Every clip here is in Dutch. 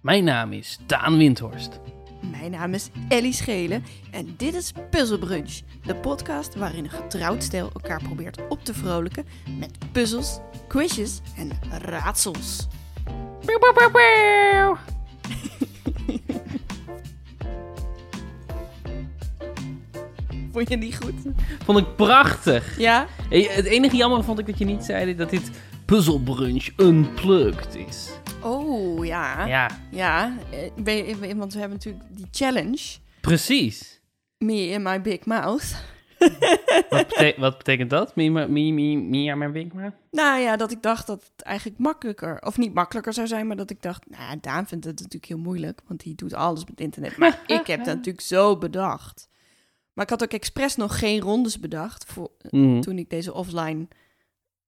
Mijn naam is Daan Windhorst. Mijn naam is Ellie Schelen en dit is Puzzle Brunch, de podcast waarin een getrouwd stijl elkaar probeert op te vrolijken met puzzels, quizjes en raadsels. Vond je die goed? Vond ik prachtig. Ja? Hey, het enige jammer vond ik dat je niet zei dat dit puzzelbrunch unplugged is. Oh, ja. Ja, Ja, eh, ben je- ben- want we hebben natuurlijk die challenge, precies. Me in My Big Mouth. Wat, bete- wat betekent dat? Mia, Mia, Mia, Mia, mijn Winkma? Nou ja, dat ik dacht dat het eigenlijk makkelijker, of niet makkelijker zou zijn, maar dat ik dacht, nou, ja, Daan vindt het natuurlijk heel moeilijk, want die doet alles met internet. Maar ik heb dat natuurlijk zo bedacht. Maar ik had ook expres nog geen rondes bedacht voor, eh, Mhm. toen ik deze offline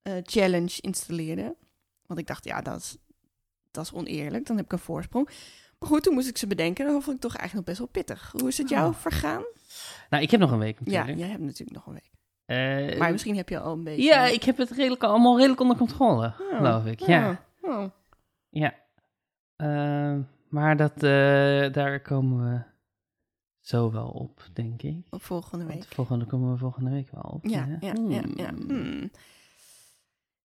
eh, challenge installeerde. Want ik dacht, ja, dat is, dat is oneerlijk, dan heb ik een voorsprong. Maar goed, toen moest ik ze bedenken en dat vond ik toch eigenlijk nog best wel pittig. Hoe is het jou Oh. vergaan? Nou, ik heb nog een week Ja, natuurlijk. jij hebt natuurlijk nog een week. Eh, Maar misschien heb je al een beetje... ja, ik heb het redelijk, allemaal redelijk onder controle, Oh, geloof ik. Ja. oh, oh. Ehm, maar dat, eh, daar komen we zo wel op, denk ik. Op Oh, volgende week. Want volgende komen we volgende week wel op. Ja, ja, ja, ja. Hmm. Ja, hmm.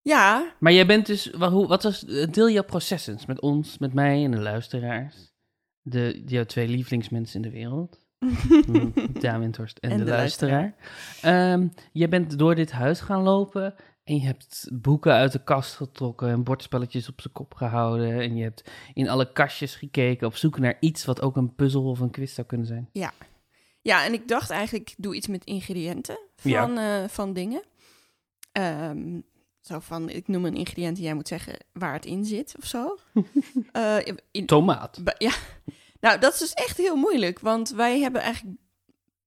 ja Maar jij bent dus, wa- hoe- wat was, eh, deel jouw processens met ons, met mij en de luisteraars. De, jouw twee lievelingsmensen in de wereld. Mm, Daan Windhorst en, En de, de luisteraar. Ehm, jij bent door dit huis gaan lopen en je hebt boeken uit de kast getrokken en bordspelletjes op zijn kop gehouden. En je hebt in alle kastjes gekeken op zoek naar iets wat ook een puzzel of een quiz zou kunnen zijn. ja, en ik dacht eigenlijk, ik doe iets met ingrediënten van, Ja. eh, van dingen. Ehm, zo van, ik noem een ingrediënt en jij moet zeggen waar het in zit of zo. Eh, in- Tomaat. Ba- Ja, nou dat is dus echt heel moeilijk, want wij hebben eigenlijk,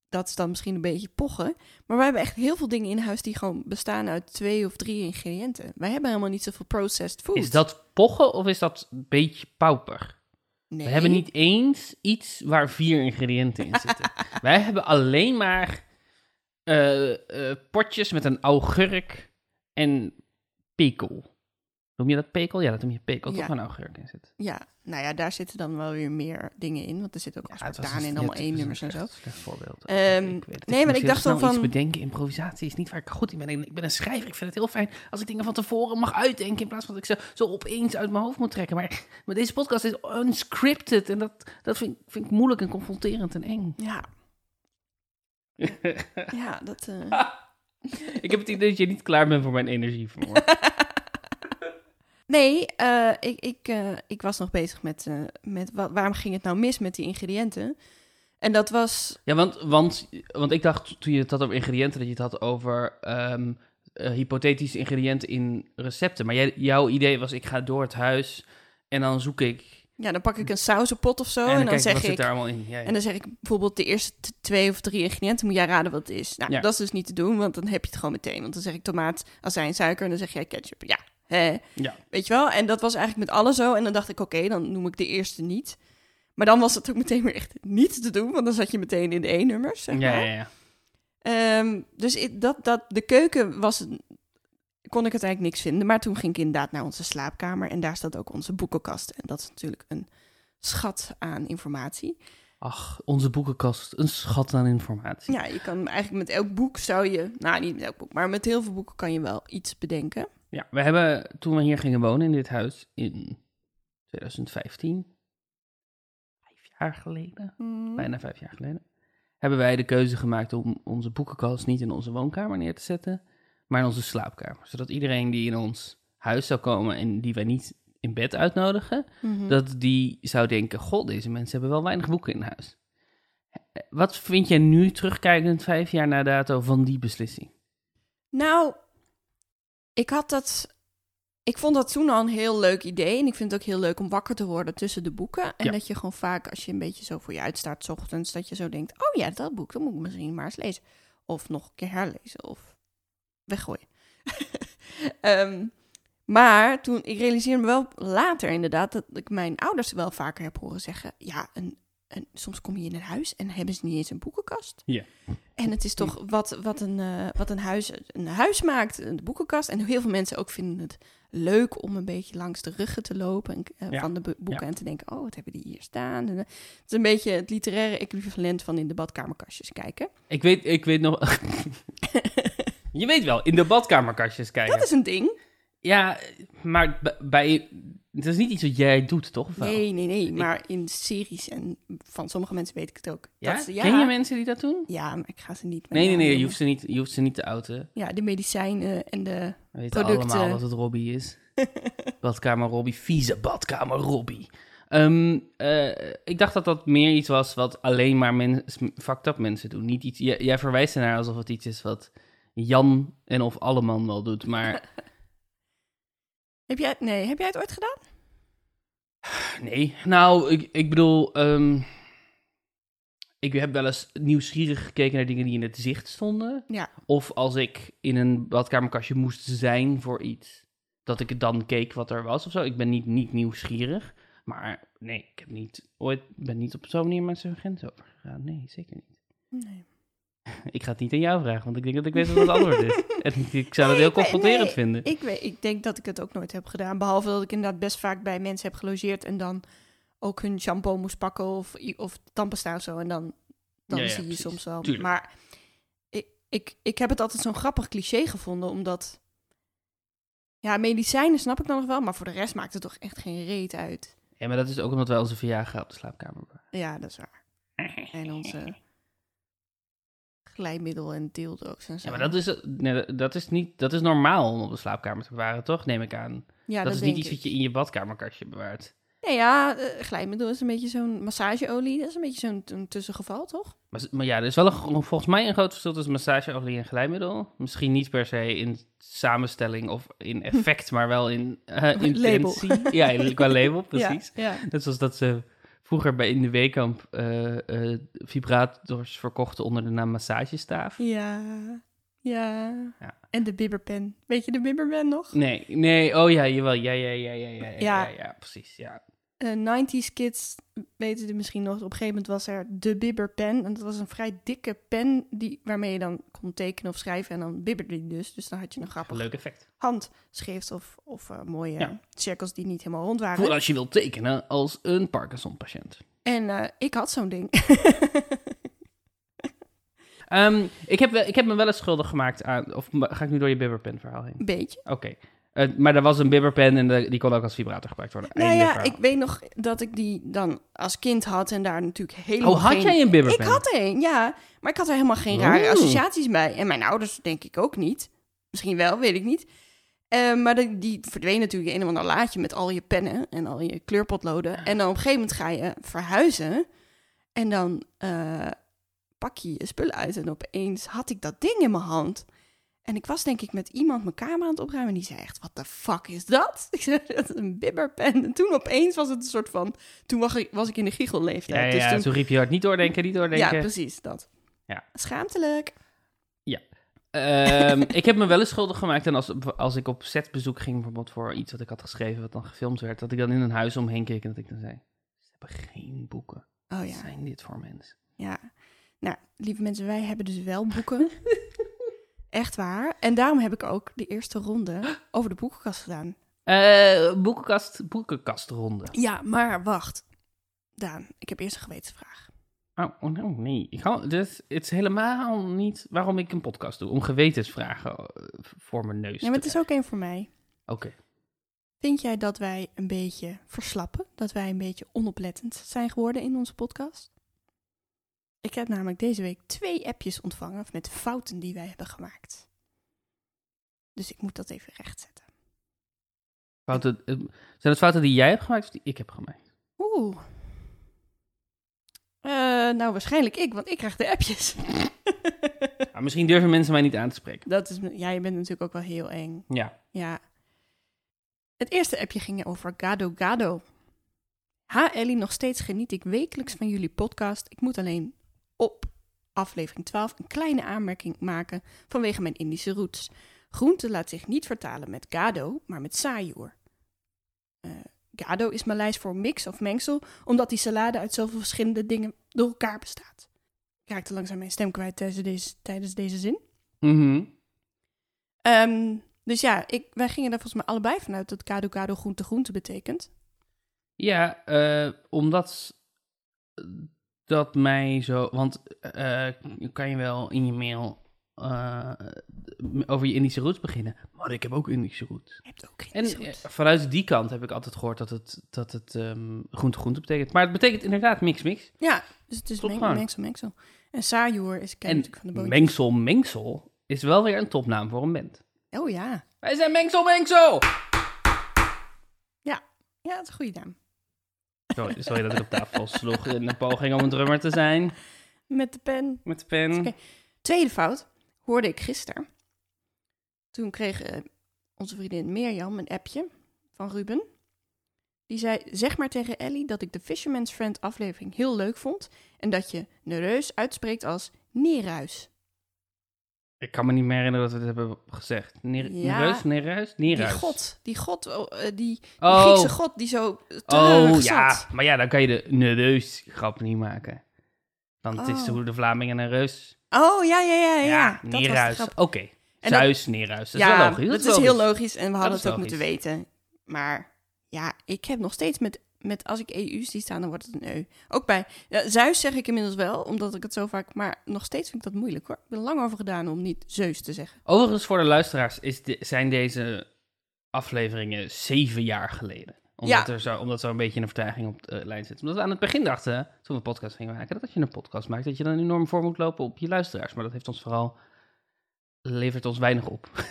dat is dan misschien een beetje pochen, maar wij hebben echt heel veel dingen in huis die gewoon bestaan uit twee of drie ingrediënten. Wij hebben helemaal niet zoveel processed food. Is dat pochen of is dat een beetje pauper? Nee. We hebben niet eens iets waar vier ingrediënten in zitten. Wij hebben alleen maar eh, eh, potjes met een augurk en pekel. Noem je dat pekel? Ja, dat noem je pekel. Ja. Toch een augurk in zit. Ja, nou ja, daar zitten dan wel weer meer dingen in, want er zit ook Ja, het was aspartaan een- in, ja, allemaal het één was nummers een en zo. slecht- slecht voorbeeld. Ehm, Ik weet het. nee, maar moest ik heel dacht wel snel iets van- bedenken. Improvisatie is niet waar ik goed in ben. Ik ik ben een schrijver. Ik vind het heel fijn als ik dingen van tevoren mag uitdenken. In plaats van dat ik ze zo opeens uit mijn hoofd moet trekken. Maar, maar deze podcast is unscripted. En dat, dat vind, ik- vind ik moeilijk en confronterend en eng. Ja, ja, dat... eh, Ah. Ik heb het idee dat je niet klaar bent voor mijn energie vanmorgen. Nee, eh, ik, ik, eh, ik was nog bezig met, eh, met wa- waarom ging het nou mis met die ingrediënten? En dat was, ja, want, want, want ik dacht toen je het had over ingrediënten, dat je het had over ehm, eh, hypothetische ingrediënten in recepten. Maar jij, jouw idee was, ik ga door het huis en dan zoek ik... ja, dan pak ik een sausenpot of zo Oh, en, Hm. en dan kijk ik, zeg wat ik... zit daar allemaal in. Ja, ja. En dan zeg ik bijvoorbeeld de eerste t- twee of drie ingrediënten, moet jij raden wat het is. Nou, Ja. dat is dus niet te doen, want dan heb je het gewoon meteen. Want dan zeg ik tomaat, azijn, suiker en dan zeg jij ketchup. Ja, hè. Ja. Weet je wel? En dat was eigenlijk met alles zo. En dan dacht ik, oké, dan noem ik de eerste niet. Maar dan was het ook meteen weer echt niet te doen, want dan zat je meteen in de E-nummers, zeg ja, maar. ja, ja. Ehm, dus ik- dat, dat, de keuken was... een- kon ik het eigenlijk niks vinden. Maar toen ging ik inderdaad naar onze slaapkamer. En daar staat ook onze boekenkast. En dat is natuurlijk een schat aan informatie. Ach, onze boekenkast, een schat aan informatie. Ja, je kan eigenlijk met elk boek zou je... Nou, niet met elk boek, maar met heel veel boeken kan je wel iets bedenken. Ja, we hebben toen we hier gingen wonen in dit huis in 2015, vijf jaar geleden, Hm? bijna vijf jaar geleden, hebben wij de keuze gemaakt om onze boekenkast niet in onze woonkamer neer te zetten, maar in onze slaapkamer. Zodat iedereen die in ons huis zou komen en die wij niet in bed uitnodigen, Mhm. dat die zou denken, god, deze mensen hebben wel weinig boeken in huis. Eh, Wat vind jij nu terugkijkend vijf jaar na dato van die beslissing? Nou, ik had dat... Ik vond dat toen al een heel leuk idee. En ik vind het ook heel leuk om wakker te worden tussen de boeken. En Ja. dat je gewoon vaak, als je een beetje zo voor je uitstaat, 's ochtends, dat je zo denkt: oh ja, dat boek, dat moet ik misschien maar eens lezen. Of nog een keer herlezen of weggooien. Ehm, maar toen, ik realiseerde me wel later inderdaad dat ik mijn ouders wel vaker heb horen zeggen: ja, een, een, soms kom je in een huis en hebben ze niet eens een boekenkast. Ja. En het is toch wat, wat, een, eh, wat een, huis, een huis maakt, een boekenkast. En heel veel mensen ook vinden het leuk om een beetje langs de ruggen te lopen en, eh, Ja. van de be- boeken en te denken, oh, wat hebben die hier staan? En, eh, het is een beetje het literaire equivalent van in de badkamerkastjes kijken. Ik weet, ik weet nog... je weet wel, in de badkamerkastjes kijken. Dat is een ding. Ja, maar b- bij... Het is niet iets wat jij doet, toch? Of wel? Nee, nee, nee. Maar in series en van sommige mensen weet ik het ook. Ja? Dat, ja, Ken je mensen die dat doen? ja, maar ik ga ze niet met Nee, nee, namen nee, je noemen. hoeft ze niet, je hoeft ze niet te outen. Ja, de medicijnen en de... We weten Producten. allemaal dat het Robbie is. badkamer Robbie, vieze badkamer Robbie. Ehm, eh, ik dacht dat dat meer iets was wat alleen maar mens, fucked up mensen doen. Niet iets, jij, jij verwijst ernaar alsof het iets is wat Jan en of Alleman wel doet. Maar Heb jij, nee, heb jij het ooit gedaan? nee, nou, ik, ik bedoel... ehm, ik heb wel eens nieuwsgierig gekeken naar dingen die in het zicht stonden. Ja. Of als ik in een badkamerkastje moest zijn voor iets, dat ik dan keek wat er was of zo. Ik ben niet, niet nieuwsgierig, maar nee, ik heb niet, ooit, ben niet op zo'n manier met zijn grens overgegaan. Nee, zeker niet. Nee. Ik ga het niet aan jou vragen, want ik denk dat ik weet wat het antwoord is. En ik- ik zou dat heel ik weet- confronterend nee, vinden. Ik, weet, ik denk dat ik het ook nooit heb gedaan. Behalve dat ik inderdaad best vaak bij mensen heb gelogeerd en dan ook hun shampoo moest pakken of, of tandpasta of zo. En dan, dan Ja, ja, zie je precies. soms wel. Tuurlijk. Maar ik, ik, ik heb het altijd zo'n grappig cliché gevonden, omdat... Ja, medicijnen snap ik dan nog wel, maar voor de rest maakt het toch echt geen reet uit. Ja, maar dat is ook omdat wij onze verjaardag op de slaapkamer waren. Ja, dat is waar. En onze glijmiddel en dildo's en zo. Ja, maar dat is, eh, nee, dat, is niet, dat is normaal om op de slaapkamer te bewaren, toch? Neem ik aan. Ja, dat, is denk niet iets ik. wat je in je badkamerkastje bewaart. Nou ja, eh, glijmiddel is een beetje zo'n massageolie. Dat is een beetje zo'n t- een tussengeval, toch? Maar, z- maar ja, er is wel een, gro- volgens mij een groot verschil tussen massageolie en glijmiddel. Misschien niet per se in samenstelling of in effect, maar wel in eh, intentie. Ja, in- qua label, precies. Ja, ja. Net zoals dat ze vroeger bij in de Weekamp eh, eh, vibrators verkochten onder de naam massagestaaf. Ja, ja. Ja. En de bibberpen. Weet je de bibberpen nog? Nee, nee, oh ja, jawel, ja, ja, ja, ja, ja, ja, Ja. ja, precies, ja. Eh 90s kids weten het misschien nog. Op een gegeven moment was er de bibberpen. En dat was een vrij dikke pen die, waarmee je dan kon tekenen of schrijven. En dan bibberde die dus. Dus dan had je een grappig Leuk effect. handschrift of, of eh, mooie Ja. cirkels die niet helemaal rond waren. Voor als je wilt tekenen als een Parkinson-patiënt. En eh, ik had zo'n ding. Ehm, ik, heb, wel- ik heb me wel eens schuldig gemaakt aan... Of ga ik nu door je bibberpen verhaal heen? Een beetje. Oké. Eh, maar er was een bibberpen en de- die kon ook als vibrator gebruikt worden. Nou Einde ja, verhaal. ik weet nog dat ik die dan als kind had en daar natuurlijk helemaal Oh, had geen... jij een bibberpen? Ik had een, ja. Maar ik had er helemaal geen rare Oeh. associaties bij. En mijn ouders denk ik ook niet. Misschien wel, weet ik niet. Eh, maar die, die verdween natuurlijk in een of ander laadje met al je pennen en al je kleurpotloden. En dan op een gegeven moment ga je verhuizen. En dan eh, pak je je spullen uit. En opeens had ik dat ding in mijn hand. En ik was denk ik met iemand mijn kamer aan het opruimen. En die zei echt, wat de fuck is dat? Ik zei, dat is een bibberpen. En toen opeens was het een soort van... Toen was ik, was ik in de giechelleeftijd. Ja, ja, dus ja, toen toen riep je hard niet doordenken, niet ja, doordenken. precies, dat. Ja. Schaamtelijk. Ehm, ik heb me wel eens schuldig gemaakt aan als, als ik op setbezoek ging... bijvoorbeeld voor iets wat ik had geschreven wat dan gefilmd werd... dat ik dan in een huis omheen keek en dat ik dan zei... ze hebben geen boeken. Oh Wat ja, zijn dit voor mensen? ja. Nou, lieve mensen, wij hebben dus wel boeken. Echt waar. En daarom heb ik ook de eerste ronde over de boekenkast gedaan. Eh, boekenkast, boekenkastronde. Ja, maar wacht. Daan, ik heb eerst een gewetensvraag. Oh, oh, nou, nee. Ik hou, dit, het is helemaal niet waarom ik een podcast doe. Om gewetensvragen eh, voor mijn neus Ja, maar te het is ook één voor mij. krijgen. Oké. Vind jij dat wij een beetje verslappen? Dat wij een beetje onoplettend zijn geworden in onze podcast? Ik heb namelijk deze week twee appjes ontvangen met fouten die wij hebben gemaakt. Dus ik moet dat even rechtzetten. Fouten, eh, zijn het fouten die jij hebt gemaakt of die ik heb gemaakt? Oeh. Eh, nou, waarschijnlijk ik, want ik krijg de appjes. Ah, misschien durven mensen mij niet aan te spreken. dat is, ja, je bent natuurlijk ook wel heel eng. Ja. Ja. Het eerste appje ging over Gado Gado. Ha Ellie, nog steeds geniet ik wekelijks van jullie podcast. Ik moet alleen op aflevering 12 een kleine aanmerking maken vanwege mijn Indische roots. Groente laat zich niet vertalen met gado, maar met sajoer. Eh, gado is Maleis voor mix of mengsel, omdat die salade uit zoveel verschillende dingen door elkaar bestaat. Ik raakte langzaam mijn stem kwijt tijdens deze, tijdens deze zin. Mhm. Ehm, Dus ja, ik, wij gingen er volgens mij allebei vanuit dat kado kado groente groente betekent. Ja, eh, omdat s- dat mij zo. Want eh, kan je wel in je mail eh, over je Indische roots beginnen. Maar ik heb ook Indische roots. Je hebt ook En geen eh, goed. vanuit die kant heb ik altijd gehoord dat het, dat het ehm, groente groente betekent. Maar het betekent inderdaad mix-mix. Ja, dus het is Klopt meng, gewoon. mengsel, mengsel. En sajoer is ken je En natuurlijk van de boot. mengsel mengsel is wel weer een topnaam voor een band. oh ja. Wij zijn mengsel mengsel! Ja, dat is een goede naam. Sorry, sorry dat ik op tafel sloeg in de poging om een drummer te zijn. Met de pen. Met de pen. Oké. Tweede fout hoorde ik gisteren. Toen kreeg eh, onze vriendin Mirjam een appje van Ruben. Die zei, zeg maar tegen Ellie dat ik de Fisherman's Friend aflevering heel leuk vond. En dat je neureus uitspreekt als neerhuis. Ik kan me niet meer herinneren dat we het hebben gezegd. Neer, Ja. Nereus, Nereus, Die Nereus. god, die god, oh, eh, die, die Oh. Griekse god Ah, die zo treurig Oh ja, zat. maar ja, dan kan je de Nereus grap niet maken. Want het is Oh. hoe de Vlamingen een reus. Oh ja, ja, ja, ja. dat was de Nereus. grap. Oké. En Zeus, Nereus. Dat is ja, wel logisch. dat Dat is heel logisch en we hadden is het ook logisch. moeten weten. Maar ja, ik heb nog steeds met, met als ik EU's die staan, dan wordt het een EU. Ook bij ja, Zeus zeg ik inmiddels wel, omdat ik het zo vaak... Maar nog steeds vind ik dat moeilijk hoor. Ik heb er lang over gedaan om niet Zeus te zeggen. Overigens, voor de luisteraars is de- zijn deze afleveringen zeven jaar geleden. Omdat, Ja. er zo, omdat er een beetje een vertraging op de eh, lijn zit. Omdat we aan het begin dachten, toen we een podcast gingen maken, dat als je een podcast maakt, dat je dan enorm voor moet lopen op je luisteraars. Maar dat heeft ons vooral, levert ons weinig op.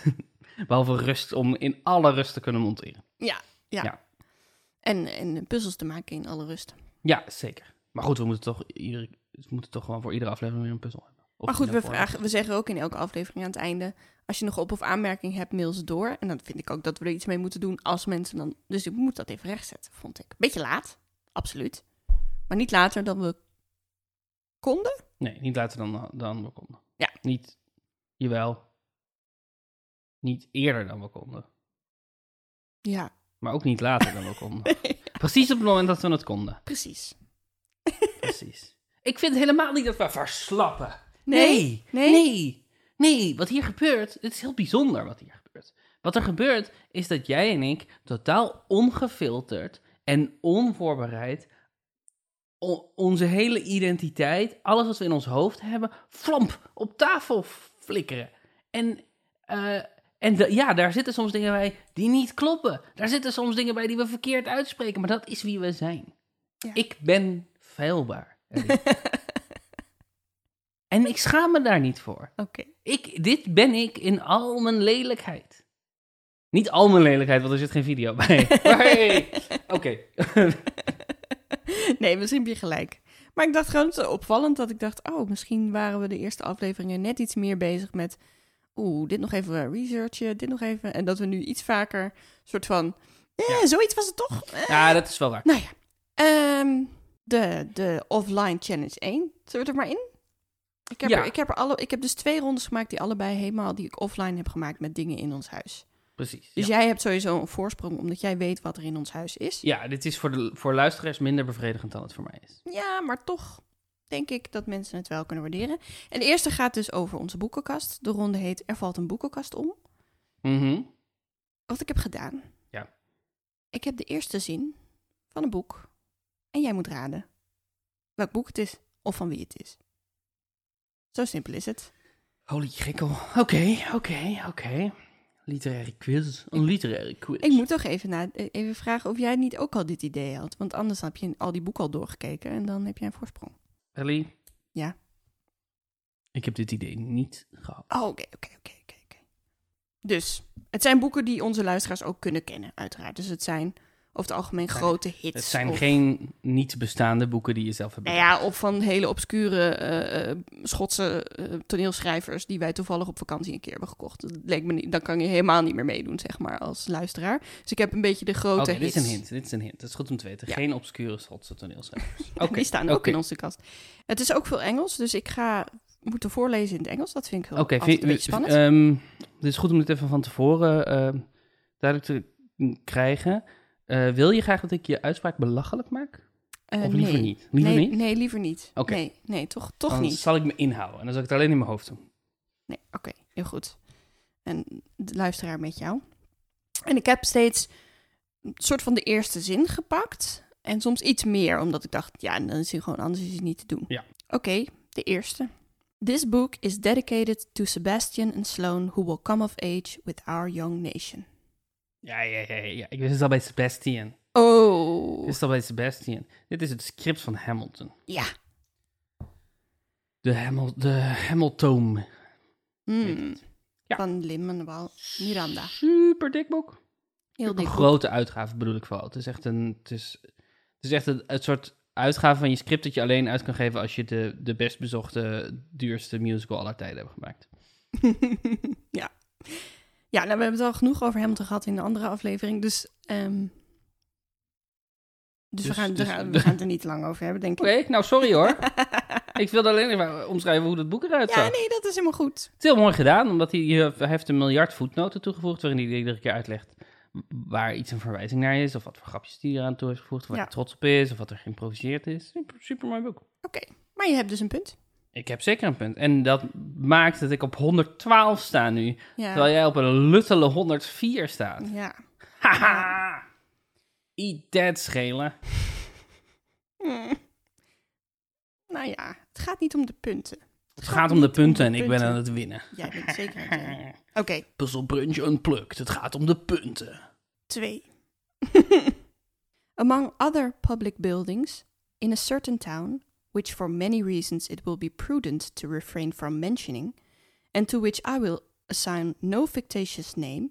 Behalve rust, om in alle rust te kunnen monteren. Ja. Ja. En, en puzzels te maken in alle rust. Ja, zeker. Maar goed, we moeten toch, iedere, we moeten toch gewoon voor iedere aflevering weer een puzzel hebben. Of maar goed, die we, nou voor- vragen, we zeggen ook in elke aflevering aan het einde... Als je nog op- of aanmerking hebt, mail ze door. En dan vind ik ook dat we er iets mee moeten doen als mensen dan... Dus ik moet dat even rechtzetten, vond ik. Beetje laat, absoluut. Maar niet later dan we konden. Nee, niet later dan, eh, dan we konden. Ja. Niet, jawel. Niet eerder dan we konden. Ja, Maar ook niet later dan we konden. Precies op het moment dat we het konden. precies. Precies. Ik vind helemaal niet dat we verslappen. Nee, Nee. nee. Nee. Nee, Wat hier gebeurt, het is heel bijzonder wat hier gebeurt. Wat er gebeurt is dat jij en ik totaal ongefilterd en onvoorbereid o- onze hele identiteit, alles wat we in ons hoofd hebben, flamp op tafel flikkeren. En, eh, en da- ja, daar zitten soms dingen bij die niet kloppen. Daar zitten soms dingen bij die we verkeerd uitspreken, maar dat is wie we zijn. Ja. Ik ben feilbaar. Ellie. en ik schaam me daar niet voor. Oké. Ik, dit ben ik in al mijn lelijkheid. Niet al mijn lelijkheid, want er zit geen video bij. Maar hey, Oké. Nee, misschien heb je gelijk. Maar ik dacht gewoon zo opvallend dat ik dacht... oh, misschien waren we de eerste afleveringen net iets meer bezig met... oeh, dit nog even researchen, dit nog even... en dat we nu iets vaker soort van... eh, Ja. zoiets was het toch? Eh, Ja, dat is wel waar. Nou ja. Ehm, de, de offline challenge 1. Zullen we het er maar in? Ik heb, Ja. er, ik, heb er alle, ik heb dus twee rondes gemaakt die allebei helemaal... die ik offline heb gemaakt met dingen in ons huis. Precies. Dus Ja. jij hebt sowieso een voorsprong... omdat jij weet wat er in ons huis is. Ja, dit is voor, de, voor luisteraars minder bevredigend dan het voor mij is. Ja, maar toch denk ik dat mensen het wel kunnen waarderen. En de eerste gaat dus over onze boekenkast. De ronde heet Er valt een boekenkast om. Mhm. Wat ik heb gedaan. Ja. Ik heb de eerste zin van een boek. En jij moet raden welk boek het is of van wie het is. Zo simpel is het. Holy gekkel. Oké, oké, oké. Literaire quiz. Een literaire quiz. Ik moet toch even, na, eh, even vragen of jij niet ook al dit idee had. Want anders heb je al die boeken al doorgekeken en dan heb jij een voorsprong. Ellie? Ja? Ik heb dit idee niet gehad. Oh, oké, oké, oké, oké. oké. Dus, het zijn boeken die onze luisteraars ook kunnen kennen, uiteraard. Dus het zijn over het algemeen zijn- grote hits. Het zijn of, geen niet bestaande boeken die je zelf hebt Nou ja, of van hele obscure eh, eh, Schotse eh, toneelschrijvers die wij toevallig op vakantie een keer hebben gekocht. Dat leek me niet, dan kan je helemaal niet meer meedoen, zeg maar, als luisteraar. Dus ik heb een beetje de grote Oké, Oh, dit hits. is een hint. Dit is een hint. Dat is goed om te weten. Ja. Geen obscure Schotse toneelschrijvers. Oké. Die staan ook oké. in onze kast. Het is ook veel Engels, dus ik ga moeten voorlezen in het Engels. Dat vind ik heel Oké, altijd vind- een beetje spannend. ehm, het is goed om dit even van tevoren ehm, duidelijk te krijgen. Eh, wil je graag dat ik je uitspraak belachelijk maak? Eh, of liever nee. niet? Liever nee, niet? Nee, liever niet. Oké. Nee, nee, toch, toch dan niet. zal ik me inhouden en dan zal ik het alleen in mijn hoofd doen. Nee, oké, heel goed. En de luisteraar met jou. En ik heb steeds een soort van de eerste zin gepakt. En soms iets meer, omdat ik dacht, ja, dan is hij gewoon anders is het niet te doen. Ja. Oké, de eerste. This book is dedicated to Sebastian and Sloan, who will come of age with our young nation. Ja, ja, ja, ja, ja. Ik wist het al bij Sebastian. Ik Oh, wist het al bij Sebastian. Dit is het script van Hamilton. ja. De, Hamil de Hamilton. Hmm. Weet het. Ja. Van Lin-Manuel Miranda. Super dik boek. Heel Een dik. boek. grote uitgave bedoel ik vooral. Het is echt een, het is, het is echt een, het soort uitgave van je script dat je alleen uit kan geven als je de, de best bezochte, duurste musical aller tijden hebt gemaakt. ja. Ja, nou, we hebben het al genoeg over Hamilton gehad in de andere aflevering. Dus, ehm, dus, we, Dus- gaan, dus- we, gaan, we gaan het er niet lang over hebben, denk ik. Oké, nou sorry hoor. ik wilde alleen even omschrijven hoe dat boek eruit zag. Ja, nee, dat is helemaal goed. Het is heel mooi gedaan, omdat hij, hij heeft een miljard voetnoten toegevoegd... waarin hij iedere keer uitlegt waar iets een verwijzing naar is... of wat voor grapjes hij eraan toe heeft gevoegd... of waar Ja. hij trots op is, of wat er geïmproviseerd is. Super, super mooi boek. Oké, maar je hebt dus een punt. Ik heb zeker een punt. En dat maakt dat ik op 112 sta nu... Ja. terwijl jij op een luttele 104 staat. ja. Haha! Eat that, schelen. Hmm. Nou ja, het gaat niet om de punten. Het gaat om de niet om punten en de ik ben punten. aan het winnen. Jij bent zeker aan het winnen. Oké, Puzzle Brunch Unplugged. Het gaat om de punten. twee. Among other public buildings, in a certain town, which for many reasons it will be prudent to refrain from mentioning, and to which I will assign no fictitious name,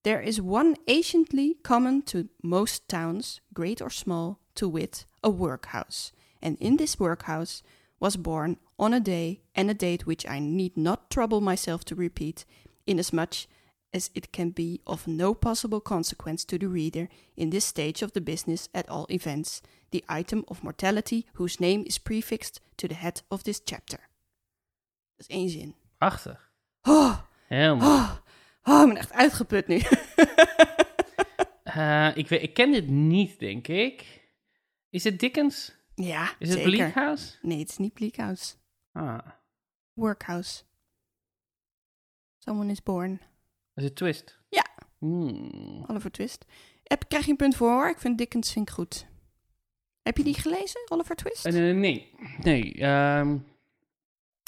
there is one anciently common to most towns, great or small, to wit, a workhouse. And in this workhouse was born on a day and a date which I need not trouble myself to repeat, inasmuch as it can be of no possible consequence to the reader in this stage of the business at all events, the item of mortality whose name is prefixed to the head of this chapter. Dat is één zin. Prachtig. Oh, Helemaal. oh, oh, ik ben echt uitgeput nu. Eh, ik, weet, ik ken dit niet, denk ik. Is het Dickens? Ja, Is het zeker. Bleakhouse? Nee, het is niet Bleakhouse. Ah, Workhouse. Someone is born. is het Twist? Ja. Hmm. Oliver Twist. Heb, krijg je een punt voor hoor. Ik vind Dickens vind ik goed. Heb je die gelezen, Oliver Twist? Eh, nee, nee. nee ehm,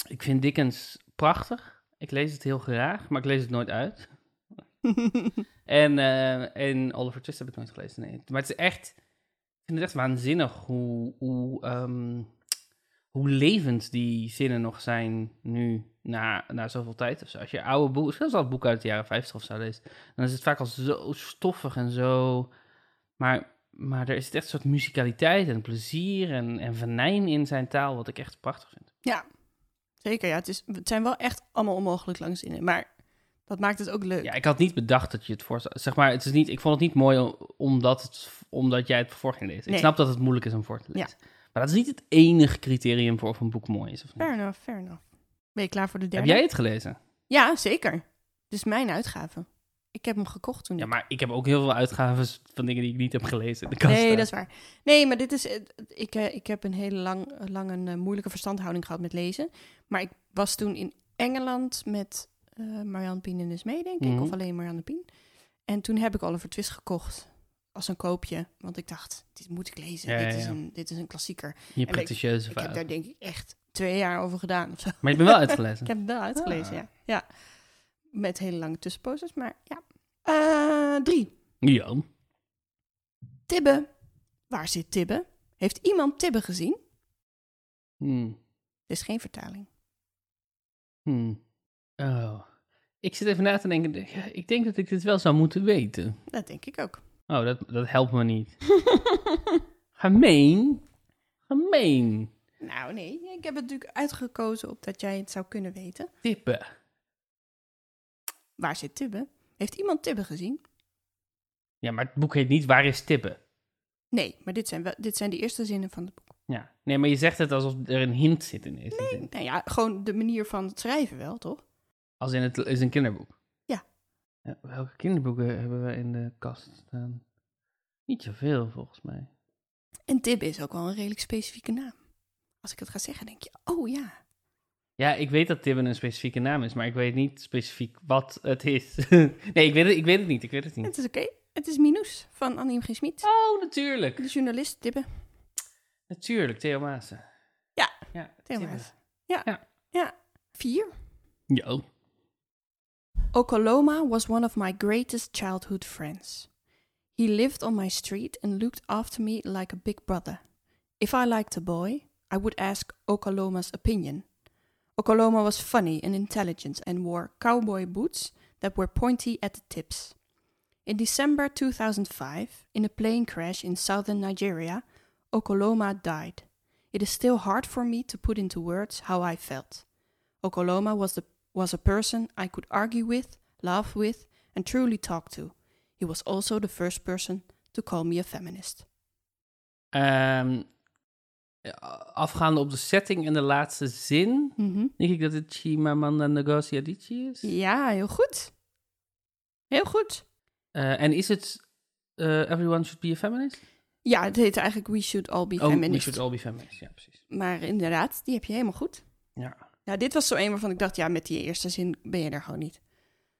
ik vind Dickens prachtig. Ik lees het heel graag, maar ik lees het nooit uit. En, eh, en Oliver Twist heb ik nooit gelezen, nee. Maar het is echt... Ik vind het echt waanzinnig hoe, hoe, ehm, hoe levend die zinnen nog zijn nu, na, na zoveel tijd of zo. Als je oude boeken, zelfs al boeken uit de jaren 50 of zo leest, dan is het vaak al zo stoffig en zo... Maar, maar er is echt een soort musicaliteit en plezier en, en venijn in zijn taal, wat ik echt prachtig vind. ja, zeker. Ja, het, is, het zijn wel echt allemaal onmogelijk lang zinnen. Maar dat maakt het ook leuk. Ja, ik had niet bedacht dat je het voor... Zeg maar, het is niet, ik vond het niet mooi o- omdat, het, omdat jij het voor ging lezen. Nee. Ik snap dat het moeilijk is om voor te lezen. Maar dat is niet het enige criterium voor of een boek mooi is of niet. Fair enough, fair enough. Ben je klaar voor de Heb derde? jij het gelezen? Ja, zeker. Dit is mijn uitgave. Ik heb hem gekocht toen. Ja, ik- maar ik heb ook heel veel uitgaven van dingen die ik niet heb gelezen. in de kast nee, staan. dat is waar. Nee, maar dit is. eh, Ik, eh, ik heb een hele lang, lang een eh, moeilijke verstandhouding gehad met lezen. Maar ik was toen in Engeland met eh, Marianne Pien en dus mee, denk ik. Mhm. Of alleen Marianne Pien. En toen heb ik Oliver Twist gekocht. Als een koopje. Want ik dacht, dit moet ik lezen. Ja, dit, ja, Is ja. een, dit is een klassieker. Je ik- pretentieuze Ik heb vader. daar denk ik echt twee jaar over gedaan of zo. Maar je bent wel uitgelezen. Ik heb het wel uitgelezen, Ah. ja. ja. Met hele lange tussenposes, maar ja. Eh, drie. Ja. Tibbe. Waar zit Tibbe? Heeft iemand Tibbe gezien? Hm. Het is geen vertaling. Hm. Oh. Ik zit even na te denken. Ja, Ik denk dat ik dit wel zou moeten weten. Dat denk ik ook. Oh, dat, dat helpt me niet. Gemeen. Gemeen. nou nee, ik heb het natuurlijk uitgekozen op dat jij het zou kunnen weten. Tippen. Waar zit Tibbe? Heeft iemand Tibbe gezien? Ja, maar het boek heet niet Waar is Tippen? Nee, maar dit zijn, wel, dit zijn de eerste zinnen van het boek. Ja. Nee, maar je zegt het alsof er een hint zit in deze zin. Nou ja, gewoon de manier van het schrijven wel, toch? Als in het is een kinderboek. Ja. Ja, Welke kinderboeken hebben we in de kast staan? Niet zoveel, volgens mij. En Tibbe is ook wel een redelijk specifieke naam. Als ik het ga zeggen, denk je, oh ja. Ja, ik weet dat Tibben een specifieke naam is, maar ik weet niet specifiek wat het is. nee, ik weet het, ik weet het niet. Ik weet het niet. Het is oké. Het is Minoes van Annie G. Smit. Oh, natuurlijk. De journalist Tibbe. Natuurlijk, Theo Maassen. Ja, ja Theo Tibbe. Maassen. Ja. Ja. ja. Vier. Jo. Okoloma was one of my greatest childhood friends. He lived on my street and looked after me like a big brother. If I liked a boy, I would ask Okoloma's opinion. Okoloma was funny and intelligent and wore cowboy boots that were pointy at the tips. In December 2005, in a plane crash in southern Nigeria, Okoloma died. It is still hard for me to put into words how I felt. Okoloma was, the, was a person I could argue with, laugh with, and truly talk to. He was also the first person to call me a feminist. Ehm, ja, afgaande op de setting en de laatste zin, denk ik dat het Chimamanda Ngozi Adichie is. Ja, heel goed. Heel goed. Eh, en is het eh, Everyone Should Be a Feminist? Ja, het heet eigenlijk We Should All Be Oh, we Feminist. should all be feminist. Ja, precies. Maar inderdaad, die heb je helemaal goed. Ja. Ja, dit was zo een waarvan ik dacht, ja, met die eerste zin ben je er gewoon niet.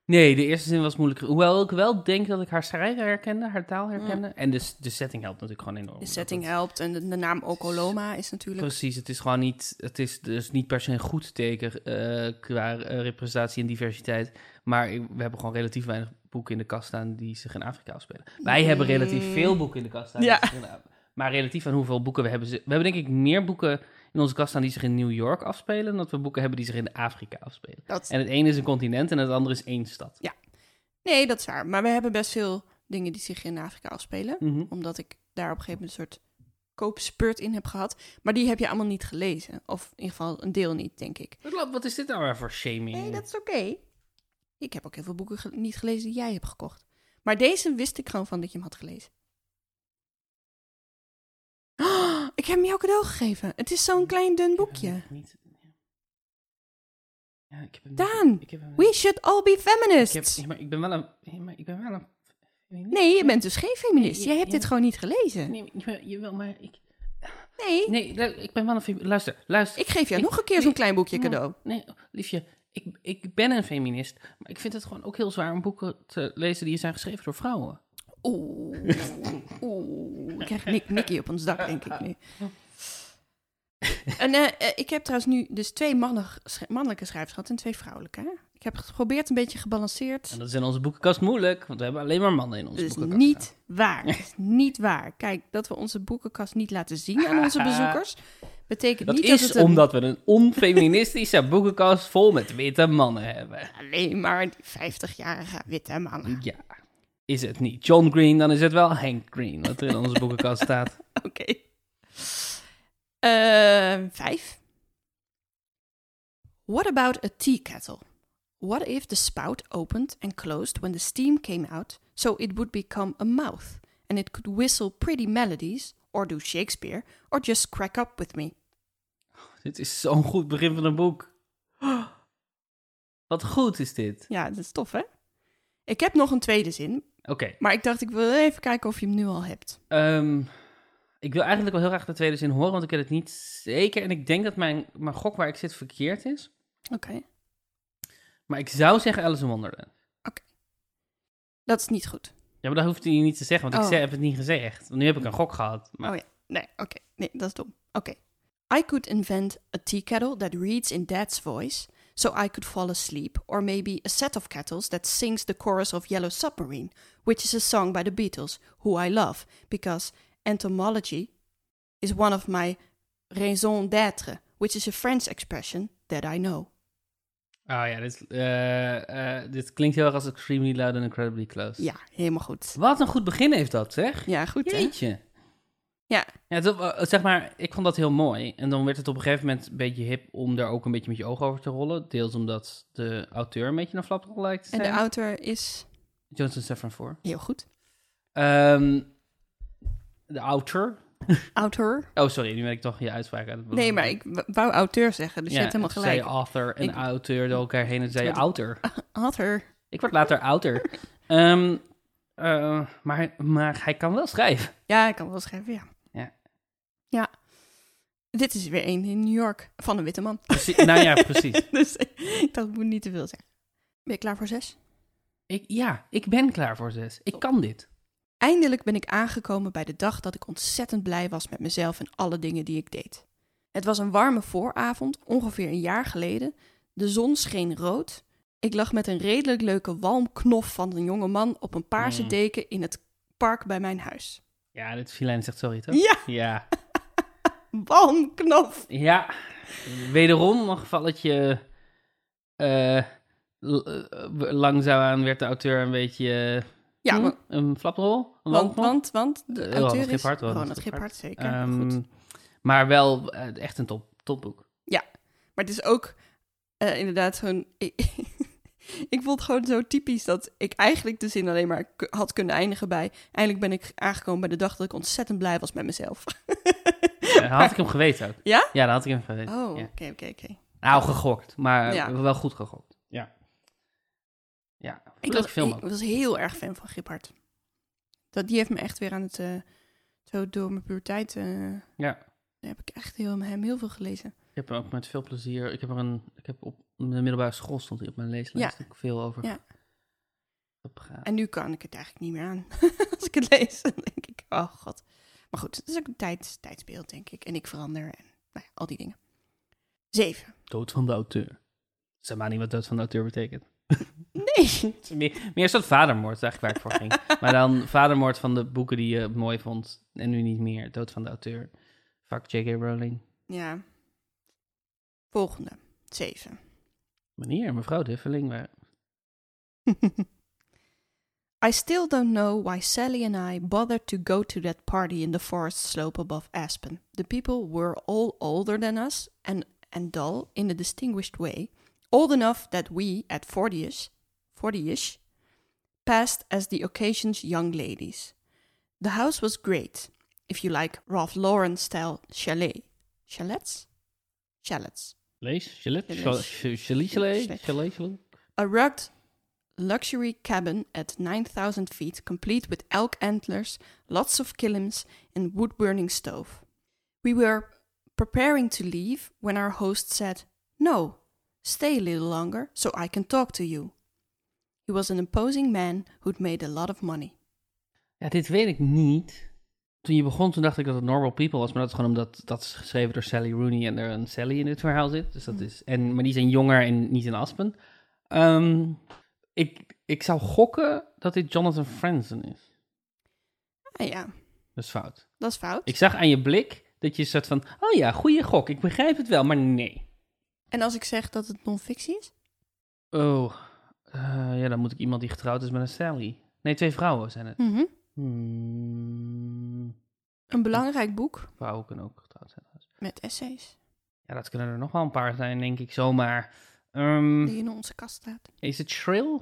Nee, de eerste zin was moeilijker. Hoewel ik wel denk dat ik haar schrijver herkende, haar taal herkende. En dus de setting helpt natuurlijk gewoon enorm. Oh, De Dat setting het- helpt en de, de naam Okoloma is natuurlijk... Precies, het is gewoon niet, het is dus niet per se een goed teken eh, qua eh, representatie en diversiteit. Maar ik- we hebben gewoon relatief weinig boeken in de kast staan die zich in Afrika afspelen. Wij hebben relatief Mm. veel boeken in de kast staan. Ja. die zich in Af- maar relatief aan hoeveel boeken we hebben. ze- We hebben denk ik meer boeken in onze kast staan die zich in New York afspelen. Dan dat we boeken hebben die zich in Afrika afspelen. Dat, En het ene is een continent en het andere is één stad. nee, dat is waar. Maar we hebben best veel dingen die zich in Afrika afspelen. Mhm. Omdat ik daar op een gegeven moment een soort koopspurt in heb gehad. Maar die heb je allemaal niet gelezen. Of in ieder geval een deel niet, denk ik. Wat- Wat is dit nou weer voor shaming? Nee, dat is oké. Ik heb ook heel veel boeken ge- niet gelezen die jij hebt gekocht. Maar deze wist ik gewoon van dat je hem had gelezen. Oh, ik heb hem jou cadeau gegeven. Het is zo'n klein dun Ik boekje. heb hem niet- Ja, ik heb hem niet- Daan, ik heb hem We should all be Ik, heb, feminists. ja, maar ik ben wel een. ja, maar ik ben wel een. Nee, je bent dus geen feminist. Nee, Jij hebt ja. dit gewoon niet gelezen. Nee, maar- jawel, maar ik. Nee, Nee, lu- ik ben wel een feminist. Luister, luister. ik geef jou Ik- nog een keer nee, zo'n klein boekje maar- cadeau. Nee, liefje, ik, ik ben een feminist. Maar ik vind het gewoon ook heel zwaar om boeken te lezen die zijn geschreven door vrouwen. Oeh, oeh. Ik krijg Nick, Nicky op ons dak, denk ik nu. En eh, eh, ik heb trouwens nu dus twee mannen, sch- mannelijke schrijvers gehad en twee vrouwelijke. hè. Ik heb geprobeerd een beetje gebalanceerd. En dat is in onze boekenkast moeilijk, want we hebben alleen maar mannen in Dat onze is boekenkast. Dus niet waar. Dat is niet waar. Kijk, dat we onze boekenkast niet laten zien aan onze bezoekers, betekent Dat niet is dat het een- omdat we een onfeministische boekenkast vol met witte mannen hebben. alleen maar die 50-jarige witte mannen. Ja, is het niet John Green, dan is het wel Hank Green, wat er in onze boekenkast staat. Oké. Ehm, vijf. What about a tea kettle? What if the spout opened and closed when the steam came out, so it would become a mouth, and it could whistle pretty melodies, or do Shakespeare, or just crack up with me? Dit is zo'n goed begin van een boek. Wat goed is dit. Ja, dat is tof, hè? Ik heb nog een tweede zin, Oké, maar ik dacht ik wil even kijken of je hem nu al hebt. ehm, ik wil eigenlijk wel heel graag de tweede zin horen, want ik weet het niet zeker. En ik denk dat mijn, mijn gok waar ik zit verkeerd is. Oké. Maar ik zou zeggen Alice in Wonderland. Dat is niet goed. Ja, maar dat hoeft hij niet te zeggen, want ik Oh. ze- heb het niet gezegd. Want nu heb ik een gok gehad. Maar Oh ja, nee, oké. Nee, dat is dom. Oké. I could invent a tea kettle that reads in dad's voice, so I could fall asleep, or maybe a set of kettles that sings the chorus of Yellow Submarine, which is a song by the Beatles, who I love, because entomology is one of my raison d'être, which is a French expression that I know. Oh ja, dit, eh, eh, dit klinkt heel erg als Extremely Loud and Incredibly Close. Ja, helemaal goed. Wat een goed begin heeft dat, zeg. Ja, goed hè? Jeetje. Ja. Ja, het- eh, zeg maar, ik vond dat heel mooi. En dan werd het op een gegeven moment een beetje hip om daar ook een beetje met je ogen over te rollen. Deels omdat de auteur een beetje een flapdrol lijkt te En zijn. de auteur is Johnson Stefan voor. heel goed. Ehm, de auteur. Auteur? Oh, sorry, nu ben ik toch je uitspraak aan het Nee, maar ik w- wou auteur zeggen, dus Ja, je hebt helemaal toen gelijk. zei je author en Ik- Ah. auteur door elkaar heen en toen zei je Terwijl auteur. Auteur. Ik word later auteur. Ehm, eh, maar, maar hij kan wel schrijven. Ja, ik kan wel schrijven, ja. Ja. Ja. Dit is weer één in New York van een witte man. Precies- nou ja, precies. dus ik dacht, ik moet niet te veel zeggen. Ben je klaar voor zes? Ik, ja, ik ben klaar voor zes. Ik kan dit. Eindelijk ben ik aangekomen bij de dag dat ik ontzettend blij was met mezelf en alle dingen die ik deed. Het was een warme vooravond, ongeveer een jaar geleden. De zon scheen rood. Ik lag met een redelijk leuke walmknof van een jonge man op een paarse Mm. deken in het park bij mijn huis. Ja, dit filijn zegt sorry, toch? Ja, Ja. walmknof! Ja. Wederom een gevalletje... eh l- eh, langzaamaan werd de auteur een beetje... eh, Ja, hm, want, een flaprol? Een want, wandknop? want, Eh, de auteur Ronald is... Oh, Giphart, Ronald Ronald Giphart. Giphard, zeker. Goed. Ehm, Maar wel eh, echt een top, topboek. Maar het is ook eh, inderdaad zo'n... Ik, ik vond het gewoon zo typisch dat ik eigenlijk de zin alleen maar k- had kunnen eindigen bij... Eindelijk ben ik aangekomen bij de dag dat ik ontzettend blij was met mezelf. Eh, had ik hem geweten ook. Ja? Ja, dat had ik hem geweten. Oh, ja. oké, oké, oké. Nou, gegokt, maar Ja. wel goed gegokt. Ja. Ja, Ik leuk was, film ik ook. was heel erg fan van Giphart. Dat, die heeft me echt weer aan het... eh, zo door mijn puberteit... eh, Ja. daar heb ik echt heel, hem heel veel gelezen. Ik heb er ook met veel plezier. Ik heb er een. Ik heb op de middelbare school stond hij op mijn leeslijst ook veel over. Ja. opgegaan. En nu kan ik het eigenlijk niet meer aan. Als ik het lees, dan denk ik, oh god. Maar goed, het is ook een tijd, tijdsbeeld, denk ik. En ik verander en nou ja, al die dingen. Zeven. Dood van de auteur. Zeg maar niet wat dood van de auteur betekent. Nee. Het is meer, meer soort vadermoord, is eigenlijk waar ik voor ging. Maar dan vadermoord van de boeken die je mooi vond en nu niet meer. Dood van de auteur. Fuck J.K. Rowling. Ja. Volgende. Zeven. Meneer en mevrouw Duffeling waren I still don't know why Sally and I bothered to go to that party in the forest slope above Aspen. The people were all older than us and, and dull in a distinguished way, old enough that we, at 40ish, 40ish, passed as the occasion's young ladies. The house was great, if you like Ralph Lauren style chalet. Chalets? Chalets. Lees, chalet, Chalet. chal- ch- chalet, chalet, Chalet. chalet, chalet. A rugged luxury cabin at 9,000 feet, complete with elk antlers, lots of kilims, and wood burning stove. We were preparing to leave when our host said, No, stay a little longer so I can talk to you. He was an imposing man who'd made a lot of money. Ja, dit weet ik niet. Toen je begon, toen dacht ik dat het Normal People was. Maar dat is gewoon omdat dat is geschreven door Sally Rooney en er een Sally in dit verhaal zit. Dus dat is, en, maar die zijn jonger en niet in Aspen. Ehm, ik, ik zou gokken dat dit Jonathan Franzen is. Ah ja, Dat is fout. dat is fout. Ik zag aan je blik dat je soort van... Oh ja, goede gok. Ik begrijp het wel, maar nee. En als ik zeg dat het non-fictie is? Oh, eh, ja, dan moet ik iemand die getrouwd is met een Sally. Nee, twee vrouwen zijn het. Mhm. Hmm, Een belangrijk boek vrouwen kunnen ook getrouwd zijn. met essays Ja, dat kunnen er nog wel een paar zijn, denk ik zomaar. Ehm, die in onze kast staat. is het shrill?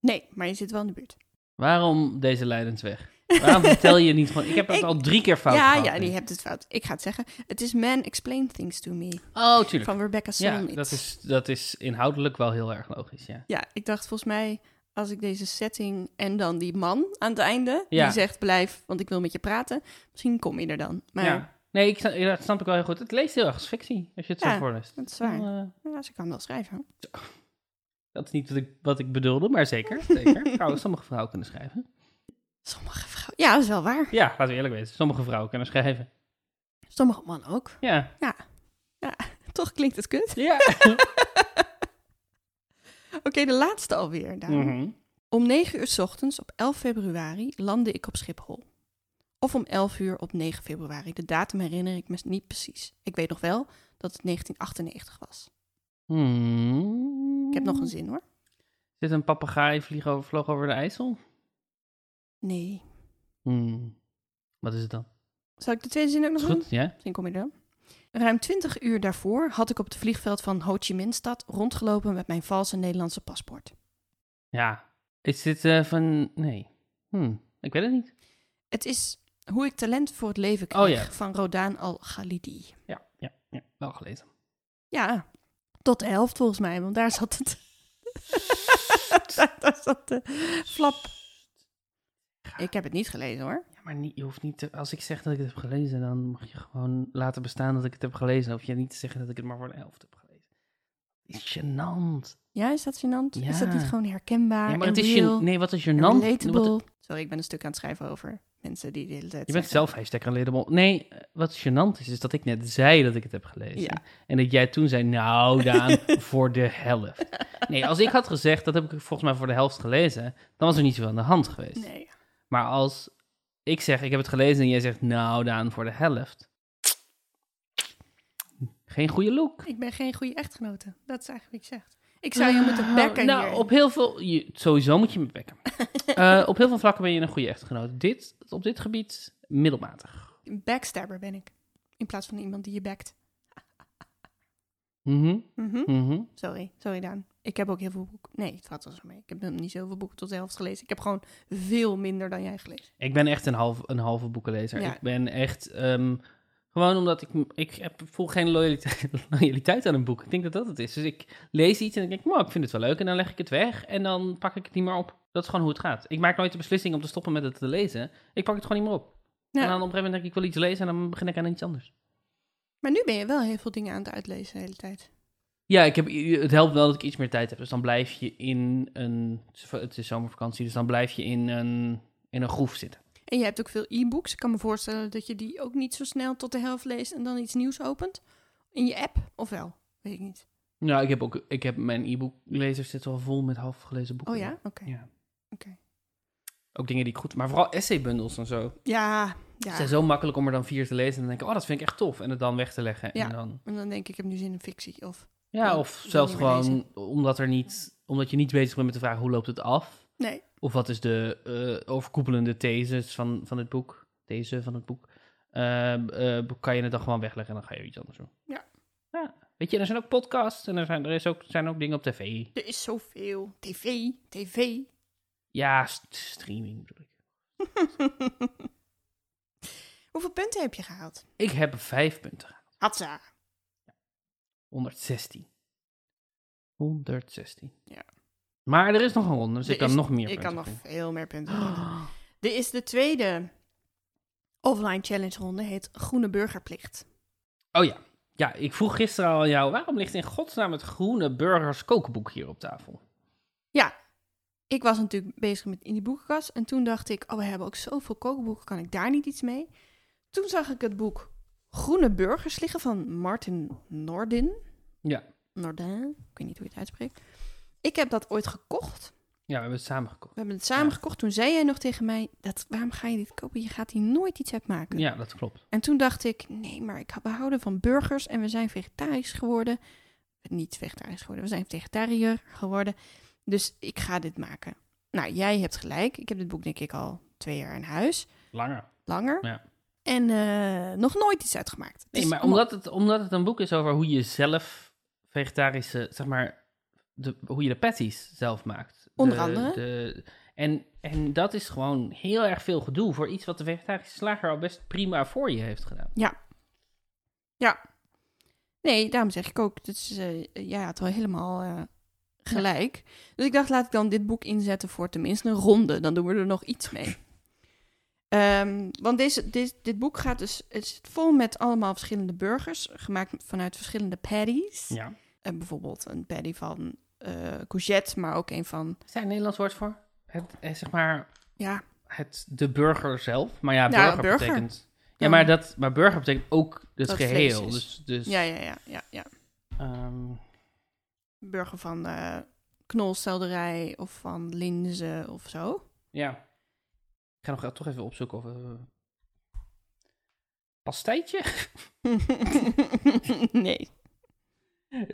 Nee, maar je zit wel in de buurt. Waarom deze leidensweg? Waarom vertel je niet gewoon... Ik heb het Ik- al drie keer fout ja, gehad. ja, nu. die hebt het fout. Ik ga het zeggen. Het is Man Explain Things to Me Oh, tuurlijk. van Rebecca Ja, Solnit. dat is, dat is inhoudelijk wel heel erg logisch, ja. Ja, ik dacht volgens mij als ik deze setting en dan die man aan het einde Ja. die zegt blijf, want ik wil met je praten, misschien kom je er dan. Maar ja, ja. Nee, ik, sna- ja, dat snap ik wel heel goed. Het leest heel erg als fictie, als je het Ja, zo voorleest. dat is waar. Dan, eh, ja, ze kan wel schrijven. dat is niet wat ik, wat ik bedoelde, maar zeker. zeker. Vrouwen, sommige vrouwen kunnen schrijven. Sommige vrouwen. Ja, dat is wel waar. Ja, laten we eerlijk weten. Sommige vrouwen kunnen schrijven. Sommige mannen ook. Ja. Toch klinkt het kut. Ja. Oké, de laatste alweer. Daan. Mhm. Om 9 uur 's ochtends op 11 februari landde ik op Schiphol. Of om 11 uur op 9 februari. De datum herinner ik me niet precies. Ik weet nog wel dat het 1998 was. Hmm. Ik heb nog een zin hoor. Zit een papegaai vlieg over, vloog over de IJssel? Nee. Hmm. Wat is het dan? Zal ik de tweede zin ook nog Is doen? goed, ja? Misschien kom je er dan. Ruim 20 uur daarvoor had ik op het vliegveld van Ho Chi Minh stad rondgelopen met mijn valse Nederlandse paspoort. Ja. Is dit eh, van... Nee. Hmm. Ik weet het niet. Het is hoe ik talent voor het leven kreeg Oh ja. van Rodaan Al-Ghalidi. Ja, ja, ja. Wel gelezen. Ja, tot de helft volgens mij, want daar zat het. daar, daar zat de flap. Ik heb het niet gelezen hoor. Ja, maar niet, je hoeft niet te- als ik zeg dat ik het heb gelezen, dan mag je gewoon laten bestaan dat ik het heb gelezen. Dan hoef je niet te zeggen dat ik het maar voor de helft heb gelezen. Het is gênant. Ja, is dat gênant? Is dat Ja. niet gewoon herkenbaar Ja, maar en het is real gênant. Nee, wat is en gênant? relatable? Wat, Sorry, ik ben een stuk aan het schrijven over mensen die de hele tijd je bent zeggen- zelf hashtag relatable. Nee, eh, wat gênant is, is dat ik net zei dat ik het heb gelezen. Ja. En dat jij toen zei, nou Daan, voor de helft. Nee, als ik had gezegd, dat heb ik volgens mij voor de helft gelezen, dan was er niet zoveel aan de hand geweest. Nee. Maar als ik zeg, ik heb het gelezen en jij zegt, nou Daan, voor de helft. Geen goede look. Ik ben geen goede echtgenote. Dat is eigenlijk wat je zegt. Ik zou je moeten bekken Nou, hier. op heel veel... je- sowieso moet je me bekken. Eh, op heel veel vlakken ben je een goede echtgenoot. Dit, op dit gebied, middelmatig. Een backstabber ben ik. In plaats van iemand die je backt. Mhm, Mhm. mhm. Sorry, sorry Daan. Ik heb ook heel veel boeken. Nee, het valt wel zo mee. Ik heb nog niet zoveel boeken tot de helft gelezen. Ik heb gewoon veel minder dan jij gelezen. Ik ben echt een, half, een halve boekenlezer. Ja. Ik ben echt... ehm, gewoon omdat ik... Ik heb, voel geen loyaliteit, loyaliteit aan een boek. Ik denk dat dat het is. Dus ik lees iets en ik denk, "Wow, ik vind het wel leuk. En dan leg ik het weg en dan pak ik het niet meer op. Dat is gewoon hoe het gaat. Ik maak nooit de beslissing om te stoppen met het te lezen. Ik pak het gewoon niet meer op. Ja. En dan op een gegeven moment denk ik, ik wil iets lezen en dan begin ik aan iets anders. Maar nu ben je wel heel veel dingen aan het uitlezen de hele tijd. Ja, ik heb, het helpt wel dat ik iets meer tijd heb. Dus dan blijf je in een... Het is zomervakantie, dus dan blijf je in een, in een groef zitten. En je hebt ook veel e-books. Ik kan me voorstellen dat je die ook niet zo snel tot de helft leest en dan iets nieuws opent. In je app, of wel? Weet ik niet. Nou, ik heb ook... Ik heb mijn e-booklezer zit al vol met halfgelezen boeken. Oh ja? Oké. Ja. Oké. Ook dingen die ik goed... Maar vooral essaybundels en zo. Ja, Het ja. zijn zo makkelijk om er dan vier te lezen. En dan denk ik, oh, dat vind ik echt tof. En het dan weg te leggen. Ja. En dan, En dan denk ik, ik heb nu zin in fictie. Of ja, Ja, of wil zelfs niet meer gewoon lezen. omdat, er niet, omdat je niet bezig bent met de vraag hoe loopt het af. Nee. Of wat is de eh, overkoepelende thesis van, van het boek. These van het boek. Eh, eh, kan je het dan gewoon wegleggen en dan ga je iets anders doen. Ja. ja. Weet je, er zijn ook podcasts en er zijn, er is ook, zijn ook dingen op tv. er is zoveel. TV, tv. Ja, st- streaming bedoel ik. Hoeveel punten heb je gehaald? Ik heb vijf punten. Hatsa. 116. 116. Ja. Maar er is nog een ronde, dus Er ik kan is- nog meer Ik punten kan nog vinden. veel meer punten halen. Dit is de tweede offline challenge ronde. Heet Groene Burgerplicht. Oh ja. Ja, ik vroeg gisteren al aan jou, waarom ligt in godsnaam het groene burgers kookboek hier op tafel? Ik was natuurlijk bezig met in die boekenkast. En toen dacht ik, oh, we hebben ook zoveel kookboeken. Kan ik daar niet iets mee? Toen zag ik het boek Groene Burgers liggen van Martin Nordin. Ja. Nordin, ik weet niet hoe je het uitspreekt. Ik heb dat ooit gekocht. Ja, we hebben het samen gekocht. We hebben het samen Ja. gekocht. Toen zei jij nog tegen mij, dat, waarom ga je dit kopen? Je gaat hier nooit iets uit maken. Ja, dat klopt. En toen dacht ik, nee, maar ik, we houden van burgers en we zijn vegetarisch geworden. Niet vegetarisch geworden, we zijn vegetariër geworden. Dus ik ga dit maken. Nou, jij hebt gelijk. Ik heb dit boek denk ik al twee jaar in huis. Langer. Langer. Ja. En eh, nog nooit iets uitgemaakt. Dus Het Nee, is maar allemaal- omdat het, omdat het een boek is over hoe je zelf vegetarische, zeg maar, de, hoe je de patties zelf maakt. Onder De- andere. de- en, en dat is gewoon heel erg veel gedoe voor iets wat de vegetarische slager al best prima voor je heeft gedaan. Nee, daarom zeg ik ook, dus, jij had wel helemaal eh, gelijk. Dus ik dacht, laat ik dan dit boek inzetten voor tenminste een ronde. Dan doen we er nog iets mee. Ehm, want deze, dit, dit boek gaat dus, het zit vol met allemaal verschillende burgers, gemaakt vanuit verschillende patties. Ja. En bijvoorbeeld een patty van eh, courgette, maar ook een van, Is daar een Nederlands woord voor? Het, eh, zeg maar, ja, het, de burger zelf. Maar ja, Ja, burger, burger. betekent... Ja, Ja. maar, dat, maar burger betekent ook het Dat het geheel. vlees is. Dus, dus ja, ja, ja, ja, ja. ehm, burger van eh knolselderij of van linzen of zo. ja. Ik ga nog toch even opzoeken of... eh, pastijtje? nee.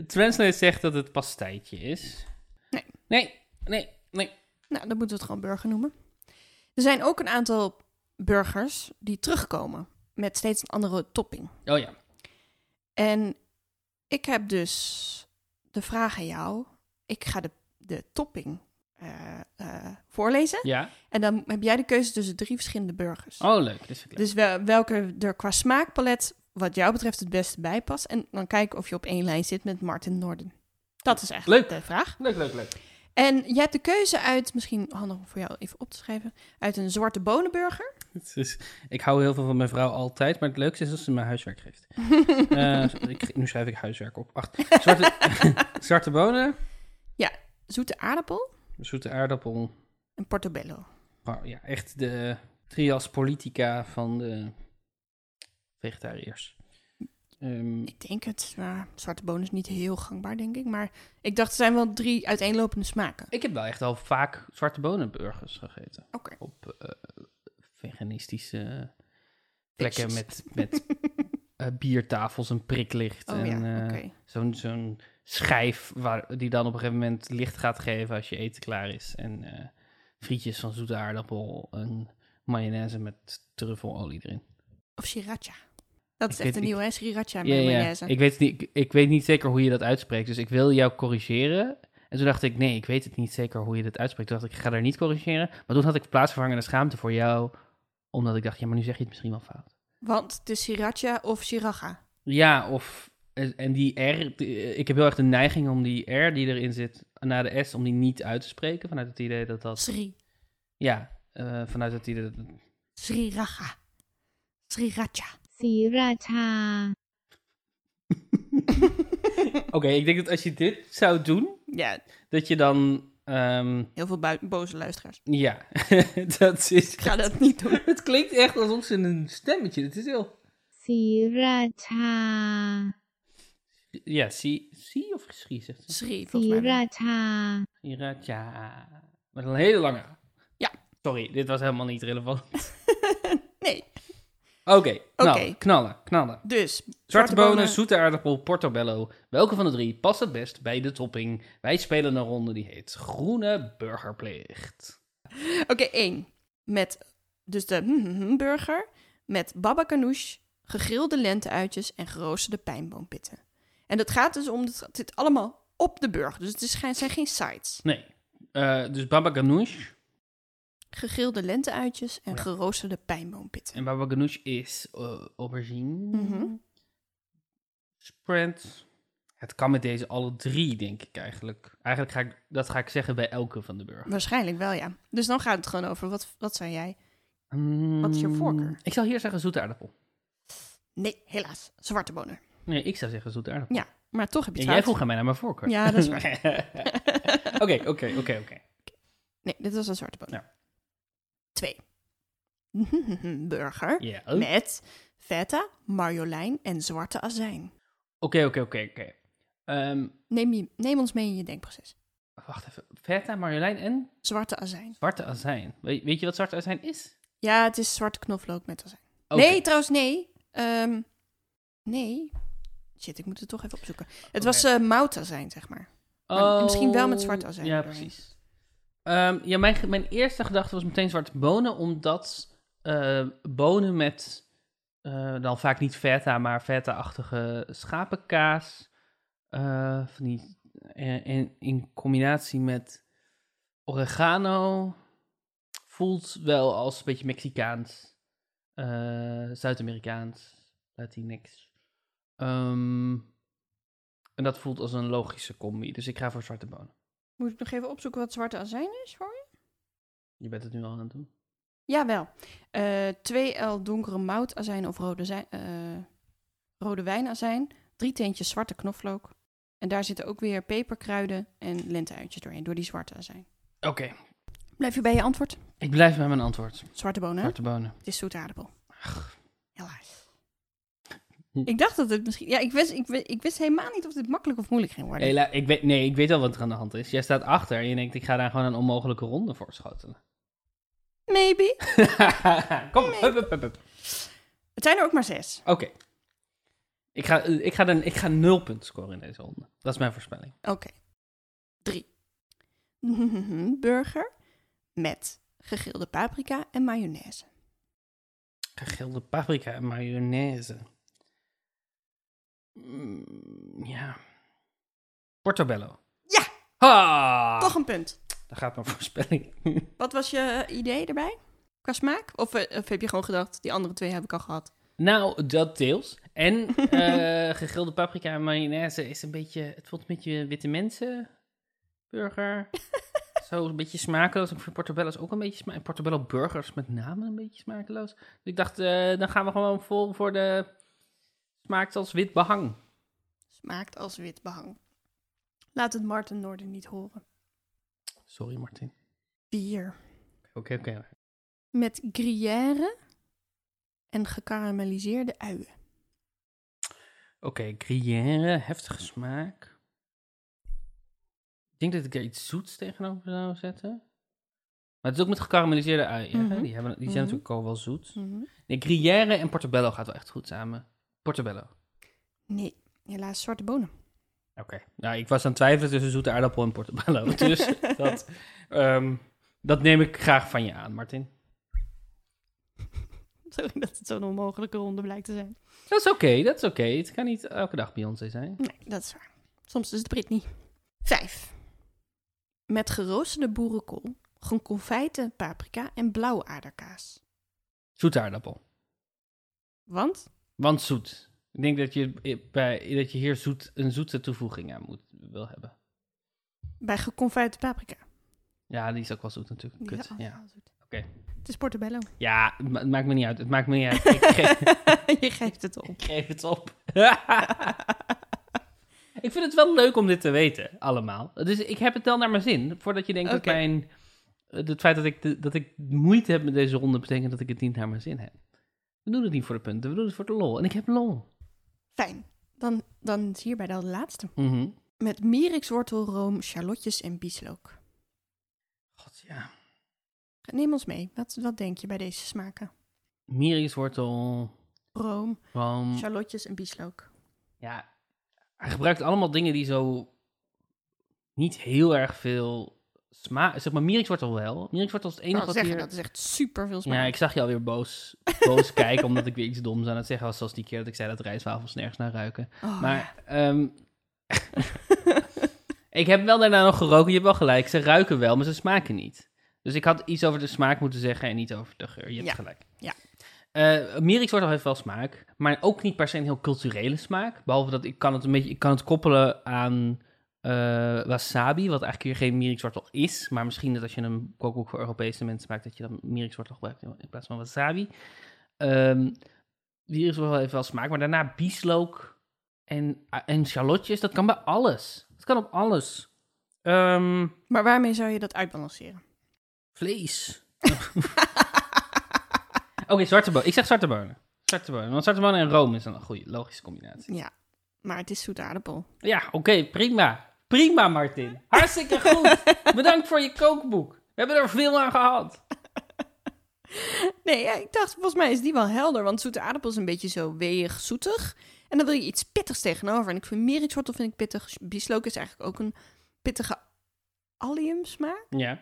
Translate zegt dat het pastijtje is. Nee. Nee, nee, nee. Nou, dan moeten we het gewoon burger noemen. Er zijn ook een aantal burgers die terugkomen met steeds een andere topping. Oh ja. En ik heb dus de vraag aan jou. Ik ga de, de topping eh, eh, voorlezen. Ja? En dan heb jij de keuze tussen drie verschillende burgers. Oh, leuk. Dit vind ik leuk. Dus wel, welke er qua smaakpalet wat jou betreft het beste bij past. En dan kijken of je op één lijn zit met Martin Norden. Dat is eigenlijk Leuk. de vraag. Leuk, leuk, leuk. En je hebt de keuze uit, misschien handig om voor jou even op te schrijven, uit een zwarte bonenburger. Het is- ik hou heel veel van mijn vrouw altijd, maar het leukste is als ze me huiswerk geeft. Eh, ik, nu schrijf ik huiswerk op. Wacht. Zwarte, zwarte bonen, Zoete aardappel zoete aardappel. en portobello. Oh, ja, echt de trias politica van de vegetariërs. Ehm, Ik denk het, maar zwarte bonen is niet heel gangbaar, denk ik. Maar ik dacht, er zijn wel drie uiteenlopende smaken. ik heb wel echt al vaak zwarte bonenburgers gegeten. Oké. Op eh, veganistische plekken Feestjes. met, met eh, biertafels en priklicht. Oh en, ja, eh, oké. Zo'n zo'n schijf waar, die dan op een gegeven moment licht gaat geven als je eten klaar is. En eh, frietjes van zoete aardappel en mayonaise met truffelolie erin. Of sriracha. Dat is Ik echt weet- een ik- nieuwe, hè? Sriracha Ja, met ja. mayonaise. Ik, weet het niet, ik, ik weet niet zeker hoe je dat uitspreekt, dus ik wil jou corrigeren. En toen dacht ik, nee, ik weet het niet zeker hoe je dat uitspreekt. Toen dacht ik, ik ga daar niet corrigeren. Maar toen had ik plaatsvervangende schaamte voor jou, omdat ik dacht, ja, maar nu zeg je het misschien wel fout. Want het is sriracha of sriracha. Ja, of... en- En die R, die- eh, ik heb heel erg de neiging om die R die erin zit, na de S, om die niet uit te spreken. Vanuit het idee dat dat Sri. Ja, eh, vanuit het idee. dat- Sriracha. Sriracha. ศรีราชา Oké, ik denk dat als je dit zou doen, ja, dat je dan. ehm, heel veel bui- boze luisteraars. ja, dat is. Ik ga dat niet doen. Het klinkt echt alsof ze een stemmetje. Het is heel. ศรีราชา Ja, zie, zie of geschie, zegt ze. Sri, ศรี volgens mij. wel. ราชา Irat, ja. Met een hele lange. A. Ja. Sorry, dit was helemaal niet relevant. Nee, Oké, nou, Oké. knallen, knallen. dus. Zwarte, Zwarte bonen, zoete aardappel, portobello. Welke van de drie past het best bij de topping? Wij spelen een ronde die heet Groene Burgerplicht. Oké, één. Met dus de mm, mm, mm burger, met baba ganoush, gegrilde lenteuitjes en geroosterde pijnboompitten. En dat gaat dus om, dat dit allemaal op de burger, dus het is geen, zijn geen sides. Nee. Eh, dus baba ganoush. Gegrilde lenteuitjes en Ja. geroosterde pijnboompitten. En baba ganoush is eh, aubergine, Mhm. spread. Het kan met deze alle drie, denk ik eigenlijk. Eigenlijk ga ik, dat ga ik zeggen bij elke van de burger. Waarschijnlijk wel, ja. Dus dan gaat het gewoon over, wat, wat zou jij? Wat is je voorkeur? Mm, Ik zal hier zeggen zoete aardappel. Nee, helaas, zwarte bonen. Nee, ik zou zeggen zoete aardappel. Ja, maar toch heb je En het jij fout. vroeg aan mij naar mijn voorkeur. Ja, dat is waar. Oké, oké, oké, oké. Nee, dit was een zwarte bonen. Ja. Twee. Burger Ja. met feta, marjolein en zwarte azijn. Oké, oké, oké, oké. Ehm, Neem, je, neem ons mee in je denkproces. Wacht even. Feta, marjolein en Zwarte azijn. zwarte azijn. We- weet je wat zwarte azijn is? Ja, het is zwarte knoflook met azijn. Oké. Nee, trouwens, nee. Ehm, nee. Shit, ik moet het toch even opzoeken. Het was eh moutazijn, zeg maar. Maar misschien wel met zwarte azijn Oh, Ja, doorheen. precies. Ehm, ja, mijn, ge- mijn eerste gedachte was meteen zwarte bonen, omdat eh, bonen met eh, dan vaak niet feta, maar feta-achtige schapenkaas. eh, van die, en, en in combinatie met oregano voelt wel als een beetje Mexicaans, eh, Zuid-Amerikaans, Latinx. Ehm, en dat voelt als een logische combi, dus ik ga voor zwarte bonen. Moet ik nog even opzoeken wat zwarte azijn is voor je? Je bent het nu al aan het doen. Jawel. Eh 2L donkere moutazijn of rode, zij- eh, rode wijnazijn. Drie teentjes zwarte knoflook. En daar zitten ook weer peperkruiden en lenteuitjes doorheen, door die zwarte azijn. Oké, Blijf je bij je antwoord? ik blijf bij mijn antwoord. Zwarte bonen, hè? Zwarte bonen. Het is zoete aardappel. Ach, Helaas. Hm. Ik dacht dat het misschien... Ja, ik wist, ik, wist, ik wist helemaal niet of dit makkelijk of moeilijk ging worden. Hela, ik weet, nee, ik weet al wat er aan de hand is. Jij staat achter en je denkt, ik ga daar gewoon een onmogelijke ronde voor schotelen. Maybe. Kom, hup, hup, hup, hup. Het zijn er ook maar zes. Oké. Ik, ga, eh, ik, ga dan- ik ga nul punten scoren in deze ronde. Dat is mijn voorspelling. Oké. Drie. Burger met gegrilde paprika en mayonaise. Gegilde paprika en mayonaise. Mm, ja. Portobello. Ja! Ha! Toch een punt. Daar gaat mijn voorspelling. Wat was je idee erbij? Qua smaak? Of, eh, of heb je gewoon gedacht, die andere twee heb ik al gehad? Nou, dat deels. En eh gegrilde paprika en mayonaise is een beetje... Het voelt een beetje witte mensen. burger. Zo een beetje smakeloos. Ik vind portobello's ook een beetje smakeloos. Portobello burgers met name een beetje smakeloos. Dus ik dacht, eh, dan gaan we gewoon vol voor de smaakt als wit behang. Smaakt als wit behang. Laat het Martin Noorden niet horen. Sorry Martin. Bier. Oké, oké. Met gruyère en gekarameliseerde uien. Oké, gruyère, heftige smaak. Ik denk dat ik er iets zoets tegenover zou zetten. Maar het is ook met gekarameliseerde uien. hè? Mhm. Die, hebben, die zijn Mhm. natuurlijk al wel zoet. Nee, gruyère en portobello gaat wel echt goed samen. Portobello. Oké. Nee, helaas zwarte bonen. Nou, ik was aan het twijfelen tussen zoete aardappel en portobello. Dus dat, ehm, dat neem ik graag van je aan, Martin. Sorry dat het zo'n onmogelijke ronde blijkt te zijn. Dat is oké, dat is oké. Het kan niet elke dag Beyoncé zijn. Nee, dat is waar. Soms is het Britney. Vijf. Met geroosterde boerenkool, geconfijte paprika en blauwe aarderkaas. Zoete aardappel. Want? Want zoet. Ik denk dat je, bij, dat je hier zoet, een zoete toevoeging aan moet, wil hebben. Bij geconfijte paprika. Ja, die is ook wel zoet natuurlijk. Die Kut. wel- Ja, wel zoet. Oké. Het is portobello. ja het ma- het maakt me niet uit. Het maakt me niet uit. Ik geef, Je geeft het op. ik geef het op. ik vind het wel leuk om dit te weten, allemaal. Dus ik heb het wel naar mijn zin. Voordat je denkt Oké. dat mijn... eh, Het feit dat ik, de- dat ik moeite heb met deze ronde betekent dat ik het niet naar mijn zin heb. We doen het niet voor de punten, we doen het voor de lol. En ik heb lol. Fijn. Dan, dan is hierbij dan de laatste. Mhm. Met mierikswortel, room, charlotjes en bieslook. God, ja. Neem ons mee. Wat, wat denk je bij deze smaken? Mirieswortel, Room, room. charlotjes en bieslook. Ja, hij gebruikt allemaal dingen die zo niet heel erg veel smaak... Zeg maar, mirikswortel wel. Mirikswortel is het Ik enige kan wat zeggen, hier... Oh, dat is echt super veel smaak. Ja, ik zag je alweer boos, boos kijken omdat ik weer iets doms aan het zeggen was. Zoals die keer dat ik zei dat rijstwafels nergens naar ruiken. Oh, Maar ehm, ik heb wel daarna nog geroken. Je hebt wel gelijk. Ze ruiken wel, maar ze smaken niet. Dus ik had iets over de smaak moeten zeggen en niet over de geur. Je hebt Ja, gelijk. ja. Eh, Mirikswortel heeft wel smaak, maar ook niet per se een heel culturele smaak. Behalve dat ik kan het een beetje, ik kan het koppelen aan eh, wasabi, wat eigenlijk hier geen Mirikswortel is. Maar misschien dat als je een kookboek voor Europese mensen maakt, dat je dan Mirikswortel gebruikt in in plaats van wasabi. Ehm Mirikswortel heeft wel smaak, maar daarna bieslook en, en charlotjes, dat kan bij alles. Dat kan op alles. Ehm, maar waarmee zou je dat uitbalanceren? vlees. Oké, zwarte bonen. Ik zeg zwarte bonen. Zwarte bonen. Want zwarte bonen en room is dan een goede, logische combinatie. ja, maar het is zoete aardappel. Ja, oké, prima. Prima, Martin. Hartstikke goed. Bedankt voor je kookboek. We hebben er veel aan gehad. Nee, ja, ik dacht, volgens mij is die wel helder. Want zoete aardappel is een beetje zo weeg, zoetig. En dan wil je iets pittigs tegenover. En ik vind merikswortel vind ik pittig. Bieslook is eigenlijk ook een pittige alliumsmaak. Ja.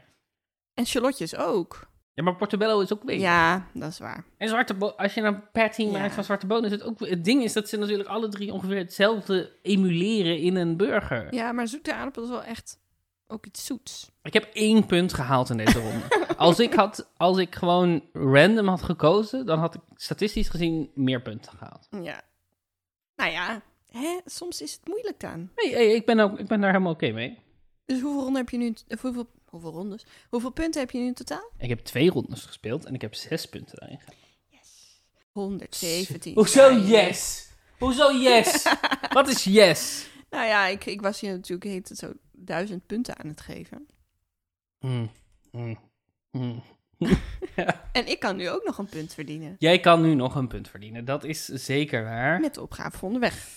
En charlotjes ook. Ja, maar portobello is ook week. Ja, dat is waar. En zwarte bo- als je een patty Ja. maakt van zwarte bonen, is het ook... Het ding is dat ze natuurlijk alle drie ongeveer hetzelfde emuleren in een burger. Ja, maar zoete aardappel is wel echt ook iets zoets. Ik heb één punt gehaald in deze ronde. als, ik had, als ik gewoon random had gekozen, dan had ik statistisch gezien meer punten gehaald. Ja. Nou ja, hè? soms is het moeilijk dan. Nee, hey, ik, ben ook, ik ben daar helemaal oké mee. Dus hoeveel ronden heb je nu? Of hoeveel, hoeveel rondes? Hoeveel punten heb je nu in totaal? Ik heb twee rondes gespeeld en ik heb zes punten daarin gehaald. 117. Hoezo Ja, je- yes? Hoezo yes? Wat is yes? Nou ja, ik, ik was je natuurlijk heet het zo duizend punten aan het geven. Hmm, hmm, hmm. En ik kan nu ook nog een punt verdienen. Jij kan nu nog een punt verdienen, dat is zeker waar. Met de opgave van onderweg.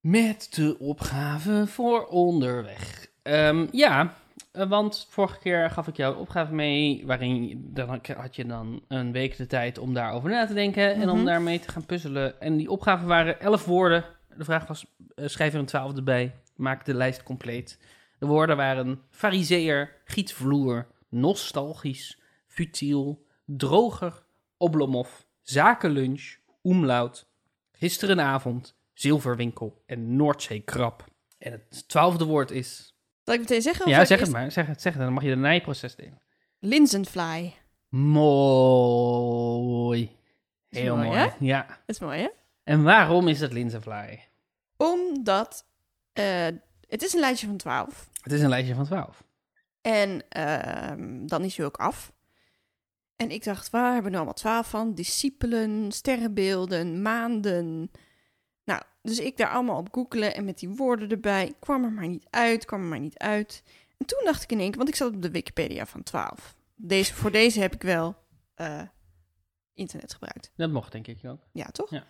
Met de opgave voor onderweg. Ehm, ja, eh, want vorige keer gaf ik jou een opgave mee. waarin je- dan had je dan een week de tijd om daarover na te denken. en om Mhm. daarmee te gaan puzzelen. En die opgaven waren elf woorden. De vraag was: eh, schrijf er een twaalfde bij. Maak de lijst compleet. De woorden waren: fariseer, gietvloer, nostalgisch, futiel, droger, oblomov, zakenlunch, omlaut, gisterenavond, zilverwinkel en Noordzeekrab. En het twaalfde woord is... Zal ik meteen zeggen? of zal ja, ik zeg het eerst- maar. Zeg het, zeg het. Dan mag je de nijproces delen. Linzenfly. Mooi. Is Heel mooi, mooi. hè? Ja. Dat is mooi, hè? En waarom is het linzenvlaai? Omdat eh, het is een lijstje van twaalf. Het Het is een lijstje van 12. En ehm, dan is hij ook af. En ik dacht, waar hebben we nou allemaal twaalf van? Discipelen, sterrenbeelden, maanden. Nou, dus ik daar allemaal op googelen en met die woorden erbij. Kwam er maar niet uit, kwam er maar niet uit. En toen dacht ik in één keer, want ik zat op de Wikipedia van 12. Deze, voor deze heb ik wel eh, internet gebruikt. Dat mocht denk ik ook. Ja, toch? Ja.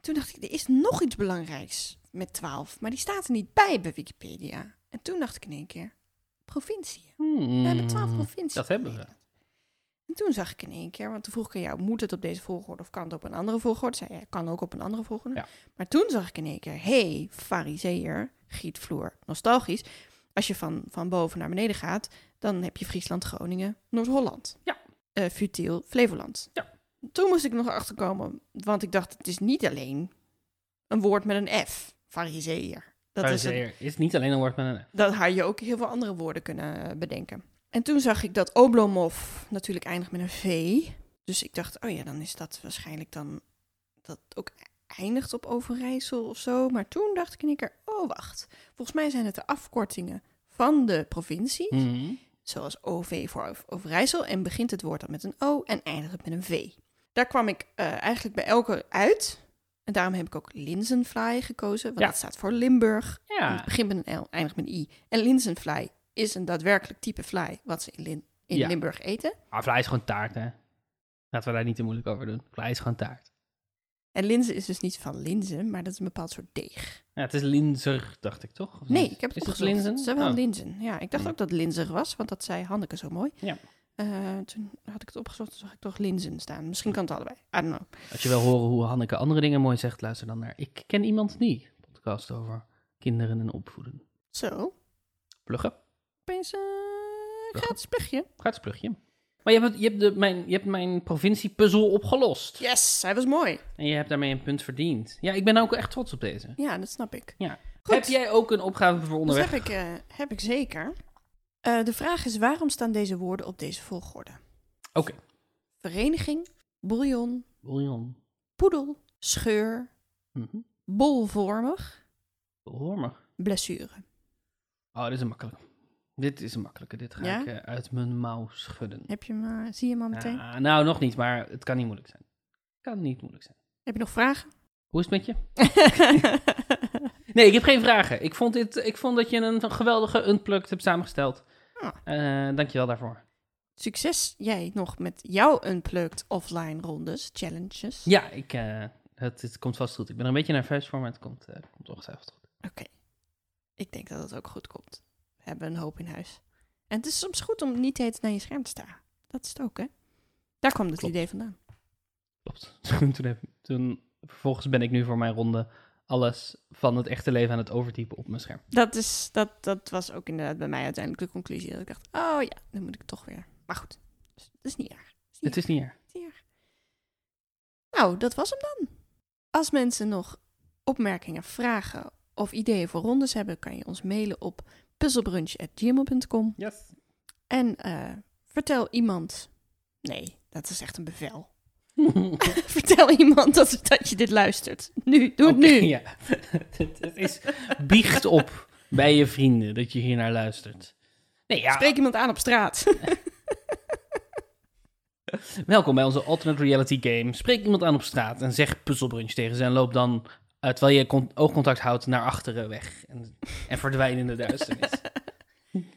Toen dacht ik, er is nog iets belangrijks met 12, maar die staat er niet bij bij Wikipedia. En toen dacht ik in één keer, provincie. Hmm. We hebben twaalf provincies. dat hebben we. En toen zag ik in één keer, want toen vroeg ik aan jou, moet het op deze volgorde of kan het op een andere volgorde? Zei jij, kan ook op een andere volgorde. Ja. Maar toen zag ik in één keer, hé, hey, fariseer, grietvloer, nostalgisch. Als je van, van boven naar beneden gaat, dan heb je Friesland, Groningen, Noord-Holland. Ja. Eh, futiel, Flevoland. Ja. Toen moest ik nog achterkomen, want ik dacht, het is niet alleen een woord met een F, fariseer. Dat Dat is een, is, niet alleen een woord met een F. dan had je ook heel veel andere woorden kunnen eh, bedenken. En toen zag ik dat Oblomov natuurlijk eindigt met een V. Dus ik dacht, oh ja, dan is dat waarschijnlijk dan dat ook eindigt op Overijssel of zo. Maar toen dacht ik in één keer, oh wacht. Volgens mij zijn het de afkortingen van de provincie. Mhm. Zoals OV voor Over- Overijssel. En begint het woord dan met een O en eindigt het met een V. Daar kwam ik eh, eigenlijk bij elke uit. En daarom heb ik ook Linzenfly gekozen. Want Ja. dat staat voor Limburg. Het Ja. begint met een L, eindigt met een I. En linzenfly is een daadwerkelijk type fly wat ze in, Lin- in Ja. Limburg eten. Maar vlaai Ah, is gewoon taart, hè. Laten we daar niet te moeilijk over doen. Vlaai is gewoon taart. En linzen is dus niet van linzen, maar dat is een bepaald soort deeg. Ja, het is linzer, dacht ik, toch? Of Nee, niet? ik heb het Hm. is opgezocht. linzen? Ze hebben wel Oh. linzen. Ja, ik dacht Ja. ook dat linzen was, want dat zei Hanneke zo mooi. Ja. Eh, toen had ik het opgezocht, toen zag ik toch linzen staan. Misschien kan het allebei. I don't know. Als je wil horen hoe Hanneke andere dingen mooi zegt, luister dan naar Ik Ken Iemand Die. Podcast over kinderen en opvoeden. Zo, Pluggen. opeens eh, Dag. gratis plugje. Gaat het plugje. Maar je hebt, het- je hebt, de, mijn, je hebt mijn provinciepuzzel opgelost. Yes, hij was mooi. En je hebt daarmee een punt verdiend. Ja, ik ben ook echt trots op deze. Ja, dat snap ik. Ja. Goed. Heb jij ook een opgave voor onderweg? Dat heb ik, eh, heb ik zeker. Eh, de vraag is, waarom staan deze woorden op deze volgorde? Oké. Vereniging, bouillon, Bouillon. poedel, scheur, Mhm. bolvormig, Hoor maar. blessure. Oh, dit is een makkelijke. Dit is een makkelijke. Dit ga Ja? ik eh, uit mijn mouw schudden. Heb je hem, eh, zie je hem al meteen? Ah, nou, nog niet, maar het kan niet moeilijk zijn. Kan niet moeilijk zijn. Heb je nog vragen? Hoe is het met je? Nee, ik heb geen vragen. Ik vond, dit, ik vond dat je een geweldige unplugged hebt samengesteld. Ah. Eh, dankjewel daarvoor. Succes jij nog met jouw unplugged offline rondes, challenges. Ja, ik, eh, het, het komt vast goed. Ik ben er een beetje nerveus voor, maar het komt, eh, komt ongetwijfeld goed. Oké. Ik denk dat het ook goed komt. We hebben een hoop in huis. En het is soms goed om niet heet naar je scherm te staan. Dat is het ook, hè? Daar kwam het Klopt. idee vandaan. Klopt. Toen, heb, toen, vervolgens ben ik nu voor mijn ronde alles van het echte leven aan het overtypen op mijn scherm. Dat, is, dat, dat was ook inderdaad bij mij uiteindelijk de conclusie. Dat ik dacht, oh ja, dan moet ik toch weer. Maar goed, dus dat is niet erg. Ja. Het is niet erg. Hier. Nou, dat was hem dan. Als mensen nog opmerkingen, vragen of ideeën voor rondes hebben, kan je ons mailen op puzzelbrunch.gmail.com. Yes. En eh, vertel iemand. Nee, dat is echt een bevel. vertel iemand dat, dat je dit luistert. Nu, doe het nu. Ja. het, het is biecht op bij je vrienden dat je hier naar luistert. Nee, ja. Spreek iemand aan op straat. Welkom bij onze alternate reality game. Spreek iemand aan op straat en zeg puzzelbrunch tegen ze en loop dan, eh, terwijl je con- oogcontact houdt, naar achteren weg en, en verdwijn in de duisternis.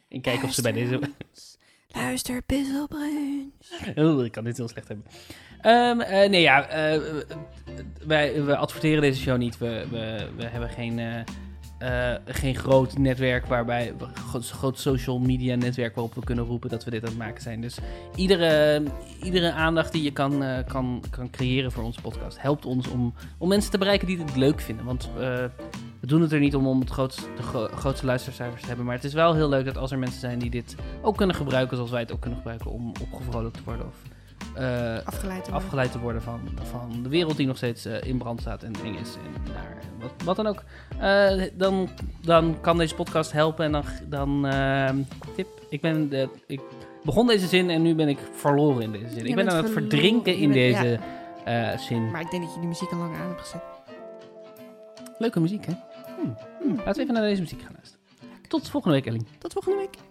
en kijk of ze bij deze... Luister, Puzzelbrunch. Oh, ik kan dit heel slecht hebben. Ehm, eh, nee, ja. eh, wij, we adverteren deze show niet. We, we, we hebben geen, eh, eh, geen groot netwerk waarbij... Groot, groot social media netwerk waarop we kunnen roepen dat we dit aan het maken zijn. Dus iedere, iedere aandacht die je kan, eh, kan, kan creëren voor onze podcast... helpt ons om, om mensen te bereiken die dit leuk vinden. Want... eh, we doen het er niet om om het grootst, de gro- grootste luistercijfers te hebben. Maar het is wel heel leuk dat als er mensen zijn die dit ook kunnen gebruiken zoals wij het ook kunnen gebruiken om opgevrolijkt te worden of eh, Afgeleid. worden. afgeleid te worden van, van de wereld die nog steeds eh, in brand staat en eng is en naar wat, wat dan ook. Eh, dan, dan kan deze podcast helpen en dan, dan eh, tip. Ik ben de, ik begon deze zin en nu ben ik verloren in deze zin. Je ik ben bent aan het verloren. verdrinken Je in bent- ja. deze eh, zin. Maar ik denk dat je die muziek al lang aan hebt gezet. Leuke muziek hè? Hm. Hm. Laten we Hmm. even naar deze muziek gaan luisteren. Leuk. Tot volgende week, Elling. Tot volgende week.